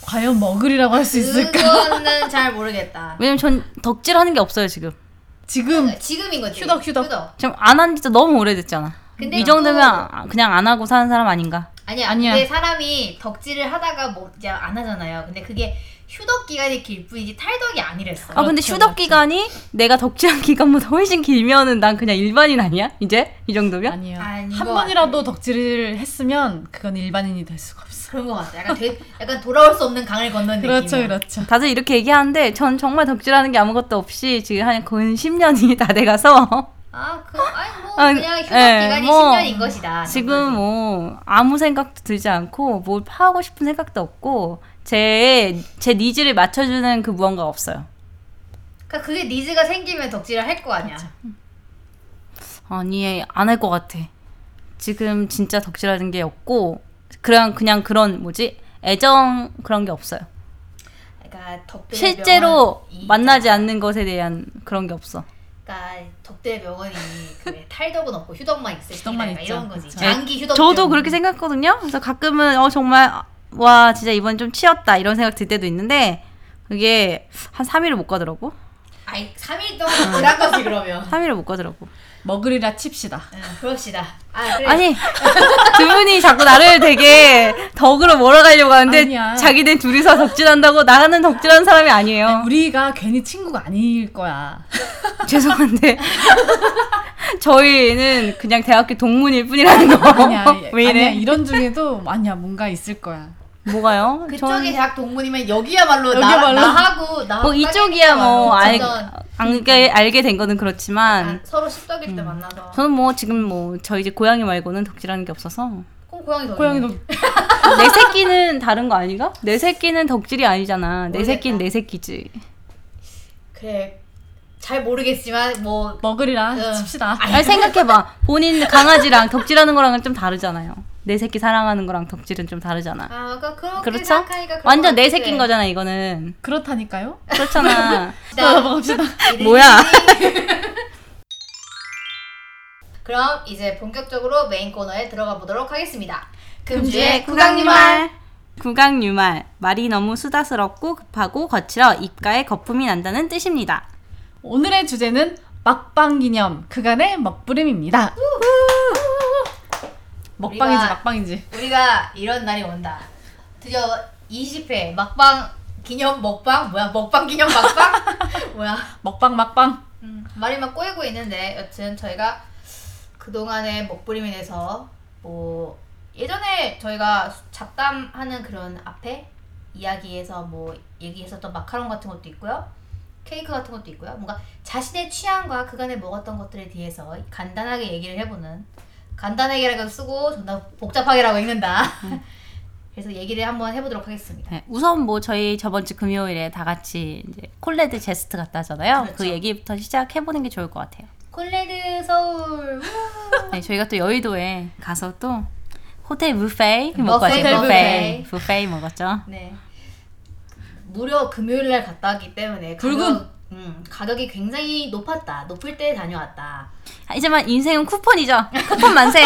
[SPEAKER 3] 과연 머글이라고 할 수 있을까?
[SPEAKER 1] 그거는 잘 모르겠다.
[SPEAKER 2] 왜냐면 전 덕질하는 게 없어요 지금.
[SPEAKER 3] 지금
[SPEAKER 1] 지금인 거지.
[SPEAKER 3] 휴덕, 휴덕.
[SPEAKER 2] 지금 안한 지도 너무 오래됐잖아.
[SPEAKER 1] 근데
[SPEAKER 2] 이 정도면
[SPEAKER 1] 그거-
[SPEAKER 2] 아- 그냥 안 하고 사는 사람 아닌가?
[SPEAKER 1] 아니야.
[SPEAKER 3] 아니야.
[SPEAKER 1] 근데 사람이 덕질을 하다가 뭐 이제 안 하잖아요. 근데 그게 휴덕 기간이 길 뿐이지 탈덕이 아니랬어.
[SPEAKER 2] 아 근데
[SPEAKER 3] 그렇죠,
[SPEAKER 2] 휴덕
[SPEAKER 3] 그렇죠.
[SPEAKER 2] 기간이 내가 덕질한 기간보다 훨씬 길면은 난 그냥 일반인 아니야? 이제 이 정도면?
[SPEAKER 3] 아니에요.
[SPEAKER 1] 아닌
[SPEAKER 3] 한
[SPEAKER 1] 것
[SPEAKER 3] 번이라도 덕질을 했으면 그건 일반인이 될 수가 없어.
[SPEAKER 1] 그런 거 같아. 약간 되게, 약간 돌아올 수 없는 강을 건넌
[SPEAKER 3] 그렇죠,
[SPEAKER 1] 느낌.
[SPEAKER 3] 그렇죠.
[SPEAKER 2] 다들 이렇게 얘기하는데 전 정말 덕질하는 게 아무것도 없이 지금 한 근 10년이 다 돼가서
[SPEAKER 1] 아, 그 아니 뭐
[SPEAKER 2] 아,
[SPEAKER 1] 그냥 휴덕
[SPEAKER 2] 예,
[SPEAKER 1] 기간이
[SPEAKER 2] 뭐
[SPEAKER 1] 10년인 것이다.
[SPEAKER 2] 지금 뭐 아무 생각도 들지 않고 뭘 파고 싶은 생각도 없고 제, 제 니즈를 맞춰주는 그 무언가가 없어요.
[SPEAKER 1] 그러니까 그게 니즈가 생기면 덕질을 할 거 아니야.
[SPEAKER 2] 아니 안 할 것 같아. 지금 진짜 덕질하는 게 없고 그냥 그냥 그런 뭐지 애정 그런 게 없어요.
[SPEAKER 1] 그러니까 덕들의
[SPEAKER 2] 실제로
[SPEAKER 1] 명언이
[SPEAKER 2] 만나지 않는 것에 대한 그런 게 없어.
[SPEAKER 1] 그러니까 덕들의 명언이 그왜 탈덕은 없고 휴덕만 있을
[SPEAKER 3] 휴덕만
[SPEAKER 1] 뿐이다.
[SPEAKER 3] 있죠.
[SPEAKER 1] 이런 거지.
[SPEAKER 3] 그쵸.
[SPEAKER 1] 장기 휴덕.
[SPEAKER 2] 저도 그렇게 생각했거든요. 그래서 가끔은 어 정말 와 진짜 이번 좀 치였다 이런 생각 들 때도 있는데 그게 한 3일을 못 가더라고.
[SPEAKER 1] 아이 3일 동안 지난 거지 그러면.
[SPEAKER 2] 3일을 못 가더라고.
[SPEAKER 3] 머글이라 칩시다.
[SPEAKER 1] 응, 그럽시다. 아 그래.
[SPEAKER 2] 아니 두 분이 자꾸 나를 되게 덕으로 몰아가려고 하는데
[SPEAKER 3] 아니야.
[SPEAKER 2] 자기네 둘이서 덕질한다고 나는 덕질하는 사람이 아니에요.
[SPEAKER 3] 우리가 괜히 친구가 아닐 거야.
[SPEAKER 2] 죄송한데 저희는 그냥 대학교 동문일 뿐이라는 거.
[SPEAKER 3] 아니야,
[SPEAKER 2] 어? 왜 이래?
[SPEAKER 3] 아니야 이런 중에도 아니야 뭔가 있을 거야.
[SPEAKER 2] 뭐가요?
[SPEAKER 1] 그쪽이
[SPEAKER 2] 저는
[SPEAKER 1] 대학 동문이면 여기야말로,
[SPEAKER 3] 여기야말로.
[SPEAKER 1] 나, 나하고 나하고
[SPEAKER 2] 뭐 이쪽이야 뭐 알,
[SPEAKER 1] 완전
[SPEAKER 2] 알게 알게 된 거는 그렇지만
[SPEAKER 1] 아, 서로 십덕일 때
[SPEAKER 3] 아.
[SPEAKER 1] 만나서
[SPEAKER 2] 저는 뭐 지금 뭐 저희 집 고양이 말고는 덕질하는 게 없어서
[SPEAKER 1] 꼭 고양이 덕
[SPEAKER 3] 고양이도
[SPEAKER 2] 내 새끼는 다른 거 아닌가? 내 새끼는 덕질이 아니잖아. 내
[SPEAKER 1] 모르겠다.
[SPEAKER 2] 새끼는 내 새끼지.
[SPEAKER 1] 그래 잘 모르겠지만 뭐
[SPEAKER 3] 머글이라
[SPEAKER 1] 응.
[SPEAKER 3] 칩시다.
[SPEAKER 2] 아니 생각해봐. 본인 강아지랑 덕질하는 거랑은 좀 다르잖아요. 내 새끼 사랑하는 거랑 덕질은 좀 다르잖아.
[SPEAKER 1] 아, 그러니까 그렇게
[SPEAKER 2] 그렇죠?
[SPEAKER 1] 생각하니까 그런
[SPEAKER 2] 완전
[SPEAKER 1] 것
[SPEAKER 2] 내
[SPEAKER 1] 같아.
[SPEAKER 2] 새끼인 거잖아 이거는.
[SPEAKER 3] 그렇다니까요.
[SPEAKER 2] 그렇잖아.
[SPEAKER 1] 자,
[SPEAKER 3] 넘어갑시다.
[SPEAKER 2] 뭐야?
[SPEAKER 1] 그럼 이제 본격적으로 메인 코너에 들어가 보도록 하겠습니다.
[SPEAKER 2] 금주의 구강유말. 구강유말. 말이 너무 수다스럽고 급하고 거칠어 입가에 거품이 난다는 뜻입니다.
[SPEAKER 3] 오늘의 주제는 막방 기념 그간의 먹부림입니다. 먹방인지
[SPEAKER 1] 우리가-
[SPEAKER 3] 막방인지.
[SPEAKER 1] 우리가 이런 날이 온다. 드디어 20회 막방 기념 먹방 뭐야 먹방 기념 막방 뭐야
[SPEAKER 3] 먹방 막방
[SPEAKER 1] 음, 말이 막 꼬이고 있는데 여튼 저희가 그동안의 먹부림에 대해서 뭐 예전에 저희가 잡담하는 그런 앞에 이야기에서 뭐 얘기했었던 마카롱 같은 것도 있고요. 케이크 같은 것도 있고요. 뭔가 자신의 취향과 그간에 먹었던 것들에 대해서 간단하게 얘기를 해보는 간단하게라고 쓰고 존나 복잡하게라고 읽는다. 그래서 얘기를 한번 해보도록 하겠습니다.
[SPEAKER 2] 네, 우선 뭐 저희 저번 주 금요일에 다 같이 이제 콜레드 제스트 갔다 하잖아요. 그
[SPEAKER 1] 그렇죠.
[SPEAKER 2] 얘기부터 시작해보는 게 좋을 것 같아요.
[SPEAKER 1] 콜레드 서울
[SPEAKER 2] 네, 저희가 또 여의도에 가서 또 호텔 뷔페 먹고
[SPEAKER 1] 뷔페,
[SPEAKER 2] 왔죠.
[SPEAKER 1] 뷔페.
[SPEAKER 2] 뷔페. 뷔페 먹었죠.
[SPEAKER 1] 네. 무려 금요일 날 갔다 왔기 때문에
[SPEAKER 3] 불금!
[SPEAKER 1] 가격, 음, 가격이 굉장히 높았다. 높을 때 다녀왔다.
[SPEAKER 2] 하지만 아, 인생은 쿠폰이죠. 쿠폰 만세.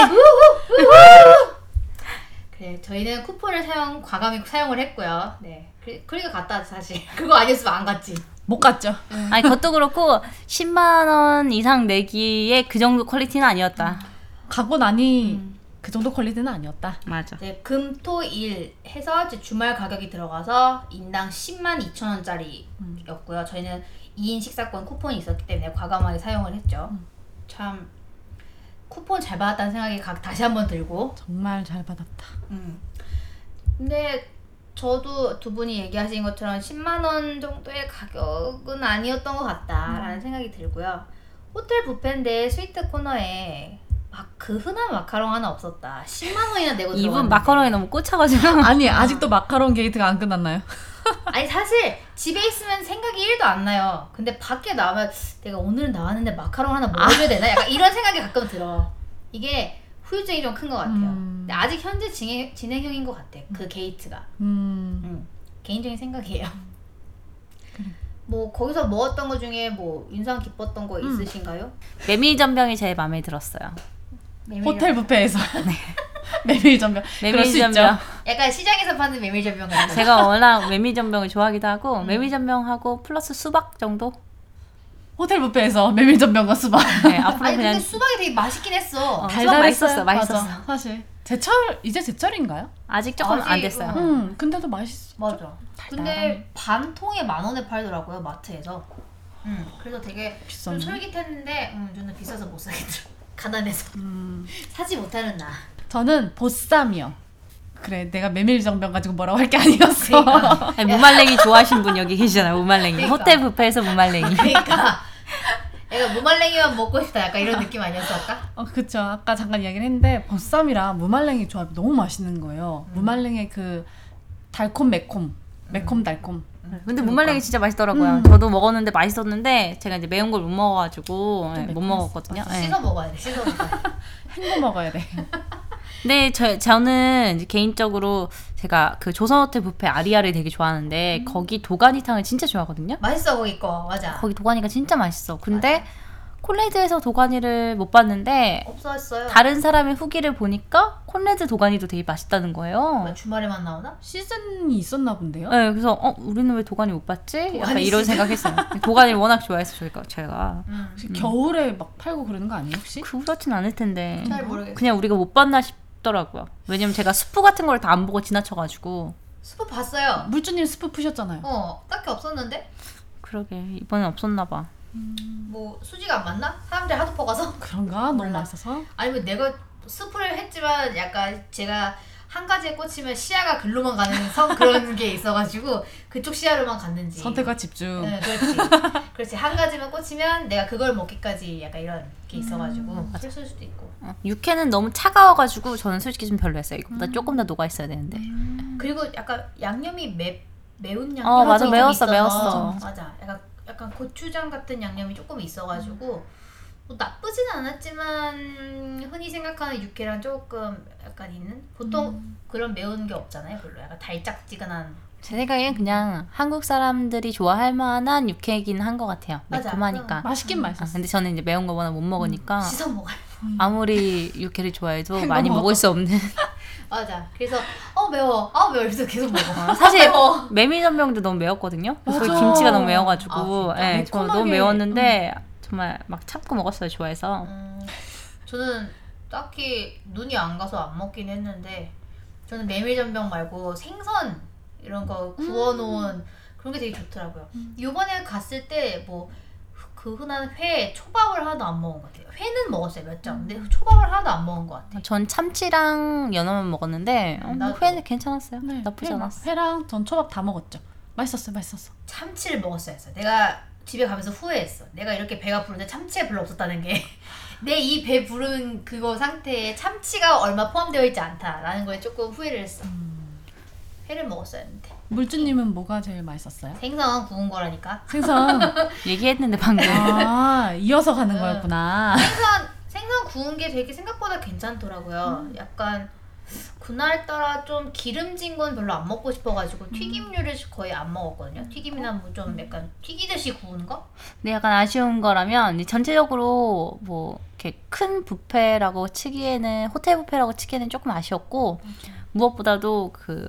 [SPEAKER 1] 그래, 저희는 쿠폰을 사용 과감히 사용을 했고요. 네. 그래, 그러니까 갔다 왔죠, 사실. 그거 아니었으면 안 갔지.
[SPEAKER 3] 못 갔죠.
[SPEAKER 2] 아니 그것도 그렇고 10만 원 이상 내기에 그 정도 퀄리티는 아니었다.
[SPEAKER 3] 가고 나니
[SPEAKER 2] 음.
[SPEAKER 3] 그 정도 퀄리티는 아니었다.
[SPEAKER 2] 맞아.
[SPEAKER 1] 이제 금, 토, 일 해서 이제 주말 가격이 들어가서 인당 10만 2천 원짜리였고요. 저희는 2인 식사권 쿠폰이 있었기 때문에 과감하게 사용을 했죠. 참 쿠폰 잘 받았다는 생각이 각- 다시 한번 들고
[SPEAKER 3] 정말 잘 받았다.
[SPEAKER 1] 음. 근데 저도 두 분이 얘기하신 것처럼 10만 원 정도의 가격은 아니었던 것 같다라는
[SPEAKER 2] 음.
[SPEAKER 1] 생각이 들고요. 호텔 뷔페인데 스위트 코너에 막 그 흔한 마카롱 하나 없었다. 10만 원이나 내고
[SPEAKER 2] 이분
[SPEAKER 1] 들어갔는데.
[SPEAKER 2] 마카롱에 너무 꽂혀가지고
[SPEAKER 3] 아니 아직도 마카롱 게이트가 안 끝났나요?
[SPEAKER 1] 아니 사실 집에 있으면 생각이 1도 안 나요. 근데 밖에 나면 내가 오늘은 나왔는데 마카롱 하나
[SPEAKER 2] 아.
[SPEAKER 1] 먹어줘야 되나? 약간 이런 생각이 가끔 들어. 이게 후유증이 좀 큰 것 같아요.
[SPEAKER 3] 음.
[SPEAKER 1] 근데 아직 현재 진행, 진행형인
[SPEAKER 2] 음.
[SPEAKER 1] 것 같아. 그 게이트가.
[SPEAKER 3] 음
[SPEAKER 1] 개인적인 생각이에요. 뭐 거기서 먹었던 거 중에 뭐 인상 깊었던 거 있으신가요?
[SPEAKER 2] 메밀 전병이 제일 마음에 들었어요.
[SPEAKER 1] 메밀
[SPEAKER 3] 호텔 뷔페에서 메밀 전병. 그럴
[SPEAKER 2] 네. 메밀
[SPEAKER 3] 수 있죠.
[SPEAKER 2] 전병.
[SPEAKER 1] 약간 시장에서 파는 메밀 전병 같은 거.
[SPEAKER 2] 제가 워낙 메밀 전병을 좋아하기도 하고 메밀 전병하고 플러스 수박 정도.
[SPEAKER 3] 호텔 뷔페에서 메밀 전병과 수박.
[SPEAKER 2] 네, 앞으로
[SPEAKER 1] 아니
[SPEAKER 2] 그냥
[SPEAKER 1] 근데 수박이 되게 맛있긴 했어.
[SPEAKER 2] 어,
[SPEAKER 1] 아,
[SPEAKER 2] 달달했었어, 맛있었어.
[SPEAKER 3] 맞아. 사실 제철 이제 제철인가요?
[SPEAKER 2] 아직 조금 안
[SPEAKER 1] 아직,
[SPEAKER 2] 됐어요.
[SPEAKER 1] 음.
[SPEAKER 3] 음, 근데도 맛있어.
[SPEAKER 1] 맞아. 근데 반 통에 만 원에 팔더라고요 마트에서. 음 그래서 되게 좀
[SPEAKER 3] 비싼데.
[SPEAKER 1] 솔깃했는데 음 저는 비싸서 못 사겠더라. 가난해서
[SPEAKER 3] 음,
[SPEAKER 1] 사지 못하는 나.
[SPEAKER 3] 저는 보쌈이요. 그래, 내가 메밀 전병 가지고 뭐라고 할 게 아니었어.
[SPEAKER 1] 그러니까.
[SPEAKER 2] 아니, 무말랭이 좋아하신 분 여기 계시잖아요. 무말랭이.
[SPEAKER 1] 그러니까.
[SPEAKER 2] 호텔 뷔페에서 무말랭이.
[SPEAKER 1] 그러니까 애가 무말랭이만 먹고 싶다 약간 이런 느낌 아니었을까?
[SPEAKER 3] 어, 그쵸. 아까 잠깐 이야기를 했는데, 보쌈이랑 무말랭이 조합이 너무 맛있는 거예요.
[SPEAKER 1] 음.
[SPEAKER 3] 무말랭이의 그 달콤 매콤,
[SPEAKER 1] 음.
[SPEAKER 3] 매콤 달콤.
[SPEAKER 1] 그러니까.
[SPEAKER 2] 근데 무말랭이 진짜 맛있더라고요.
[SPEAKER 3] 음.
[SPEAKER 2] 저도 먹었는데 맛있었는데 제가 이제 매운 걸 못 먹어가지고
[SPEAKER 3] 좀
[SPEAKER 2] 예, 못
[SPEAKER 3] 매콤했어.
[SPEAKER 2] 먹었거든요. 예.
[SPEAKER 1] 씻어 먹어야 돼. 씻어 먹어야 돼.
[SPEAKER 3] 헹궈 먹어야 돼.
[SPEAKER 2] 근데 네, 저, 저는 이제 개인적으로 제가 그 조선호텔 뷔페 아리아를
[SPEAKER 1] 음.
[SPEAKER 2] 되게 좋아하는데 거기 도가니탕을 진짜 좋아하거든요.
[SPEAKER 1] 맛있어 거기 거 맞아.
[SPEAKER 2] 거기 도가니가 진짜 맛있어. 근데 콜레드에서 도가니를 못 봤는데
[SPEAKER 1] 없었어요.
[SPEAKER 2] 다른 사람의 후기를 보니까 콜레드 도가니도 되게 맛있다는 거예요.
[SPEAKER 1] 뭐 주말에만 나오나?
[SPEAKER 3] 시즌이 있었나 본데요?
[SPEAKER 2] 네, 그래서 어 우리는 왜 도가니 못 봤지? 약간
[SPEAKER 1] 도가니
[SPEAKER 2] 이런
[SPEAKER 1] 진짜-
[SPEAKER 2] 생각했어요. 도가니를 워낙 좋아해서 저희가 제가
[SPEAKER 1] 음.
[SPEAKER 3] 혹시 겨울에 막 팔고 그러는 거 아니에요, 혹시?
[SPEAKER 2] 그렇진 않을 텐데
[SPEAKER 1] 잘 모르겠어.
[SPEAKER 2] 그냥 우리가 못 봤나 싶더라고요. 왜냐면 제가 스프 같은 걸 다 안 보고 지나쳐가지고
[SPEAKER 1] 수프 봤어요.
[SPEAKER 3] 물주님 스프 푸셨잖아요.
[SPEAKER 1] 어 딱히 없었는데
[SPEAKER 2] 그러게 이번엔 없었나 봐.
[SPEAKER 1] 뭐 수지가 안 맞나? 사람들이 하도 퍼가서
[SPEAKER 3] 그런가?
[SPEAKER 1] 몰라.
[SPEAKER 3] 너무 맛있어서.
[SPEAKER 1] 아니면 내가 스프를 했지만 약간 제가 한 가지에 꽂히면 시야가 글로만 가는 성 그런 게 있어가지고 그쪽 시야로만 갔는지
[SPEAKER 3] 선택과 집중.
[SPEAKER 1] 네, 그렇지 그렇지 한 가지만 꽂히면 내가 그걸 먹기까지 약간 이런 게 있어가지고
[SPEAKER 3] 음,
[SPEAKER 1] 실수일 수도 있고
[SPEAKER 2] 어, 육회는 너무 차가워가지고 저는 솔직히 좀 별로였어요. 이거보다
[SPEAKER 3] 음.
[SPEAKER 2] 조금 더 녹아 있어야 되는데.
[SPEAKER 1] 그리고 약간 양념이 매 매운 양념
[SPEAKER 2] 어, 맞아.
[SPEAKER 1] 좀
[SPEAKER 2] 매웠어,
[SPEAKER 1] 있어서.
[SPEAKER 2] 매웠어.
[SPEAKER 1] 맞아 약간 약간 고추장 같은 양념이 조금 있어가지고 뭐 나쁘진 않았지만 흔히 생각하는 육개랑 조금 약간 있는 보통
[SPEAKER 2] 음.
[SPEAKER 1] 그런 매운 게 없잖아요 별로 약간 달짝지근한
[SPEAKER 2] 제 생각엔 그냥 한국 사람들이 좋아할 만한 육회이긴 한 것 같아요.
[SPEAKER 1] 맞아.
[SPEAKER 2] 매콤하니까.
[SPEAKER 3] 맛있긴
[SPEAKER 1] 음.
[SPEAKER 2] 아,
[SPEAKER 3] 맛있었어. 음.
[SPEAKER 2] 근데 저는 이제 매운 거 워낙 못 먹으니까
[SPEAKER 1] 씻어 먹어요
[SPEAKER 2] 아무리 육회를 좋아해도
[SPEAKER 3] 헹궈
[SPEAKER 2] 많이
[SPEAKER 3] 먹어.
[SPEAKER 2] 먹을 수 없는
[SPEAKER 1] 맞아 그래서 어 매워 아 매워 이래서 계속 먹어
[SPEAKER 2] 사실
[SPEAKER 1] 매워
[SPEAKER 2] 메밀전병도 너무 매웠거든요. 그래서
[SPEAKER 3] 맞아.
[SPEAKER 2] 김치가 너무 매워가지고
[SPEAKER 1] 아,
[SPEAKER 2] 예,
[SPEAKER 1] 진짜?
[SPEAKER 2] 저
[SPEAKER 3] 매콤하게. 음.
[SPEAKER 2] 너무 매웠는데 정말 막 참고 먹었어요. 좋아해서
[SPEAKER 1] 음, 저는 딱히 눈이 안 가서 안 먹긴 했는데 저는 메밀전병 말고 생선 이런 거 구워놓은 그런 게 되게 좋더라고요. 이번에 갔을 때 뭐 그 흔한 회 초밥을 하나도 안 먹은 것 같아요. 회는 먹었어요 몇 점. 근데 초밥을 하나도 안 먹은 것 같아.
[SPEAKER 2] 전 참치랑 연어만 먹었는데 어, 뭐
[SPEAKER 1] 나도.
[SPEAKER 2] 회는 괜찮았어요.
[SPEAKER 3] 네,
[SPEAKER 2] 나쁘지
[SPEAKER 3] 회-
[SPEAKER 2] 않았어.
[SPEAKER 3] 회랑 전 초밥 다 먹었죠. 맛있었어요, 맛있었어.
[SPEAKER 1] 참치를 먹었어야 했어. 내가 집에 가면서 후회했어. 내가 이렇게 배가 부른데 참치가 별로 없었다는 게 내 이 배 부른 그거 상태에 참치가 얼마 포함되어 있지 않다라는 거에 조금 후회를 했어.
[SPEAKER 2] 음.
[SPEAKER 1] 회를 먹었어야 했는데.
[SPEAKER 3] 물주님은 뭐가 제일 맛있었어요?
[SPEAKER 1] 생선 구운 거라니까.
[SPEAKER 3] 생선.
[SPEAKER 2] 얘기했는데 방금
[SPEAKER 3] 아, 이어서 가는
[SPEAKER 1] 응.
[SPEAKER 3] 거였구나.
[SPEAKER 1] 생선 생선 구운 게 되게 생각보다 괜찮더라고요.
[SPEAKER 2] 음.
[SPEAKER 1] 약간 그날 따라 좀 기름진 건 별로 안 먹고 싶어가지고
[SPEAKER 2] 음.
[SPEAKER 1] 튀김류를 거의 안 먹었거든요.
[SPEAKER 2] 어?
[SPEAKER 1] 튀김이나 뭐 좀 약간 튀기듯이 구운 거?
[SPEAKER 2] 근데 약간 아쉬운 거라면 이제 전체적으로 뭐 이렇게 큰 뷔페라고 치기에는 호텔 뷔페라고 치기에는 조금 아쉬웠고 무엇보다도 그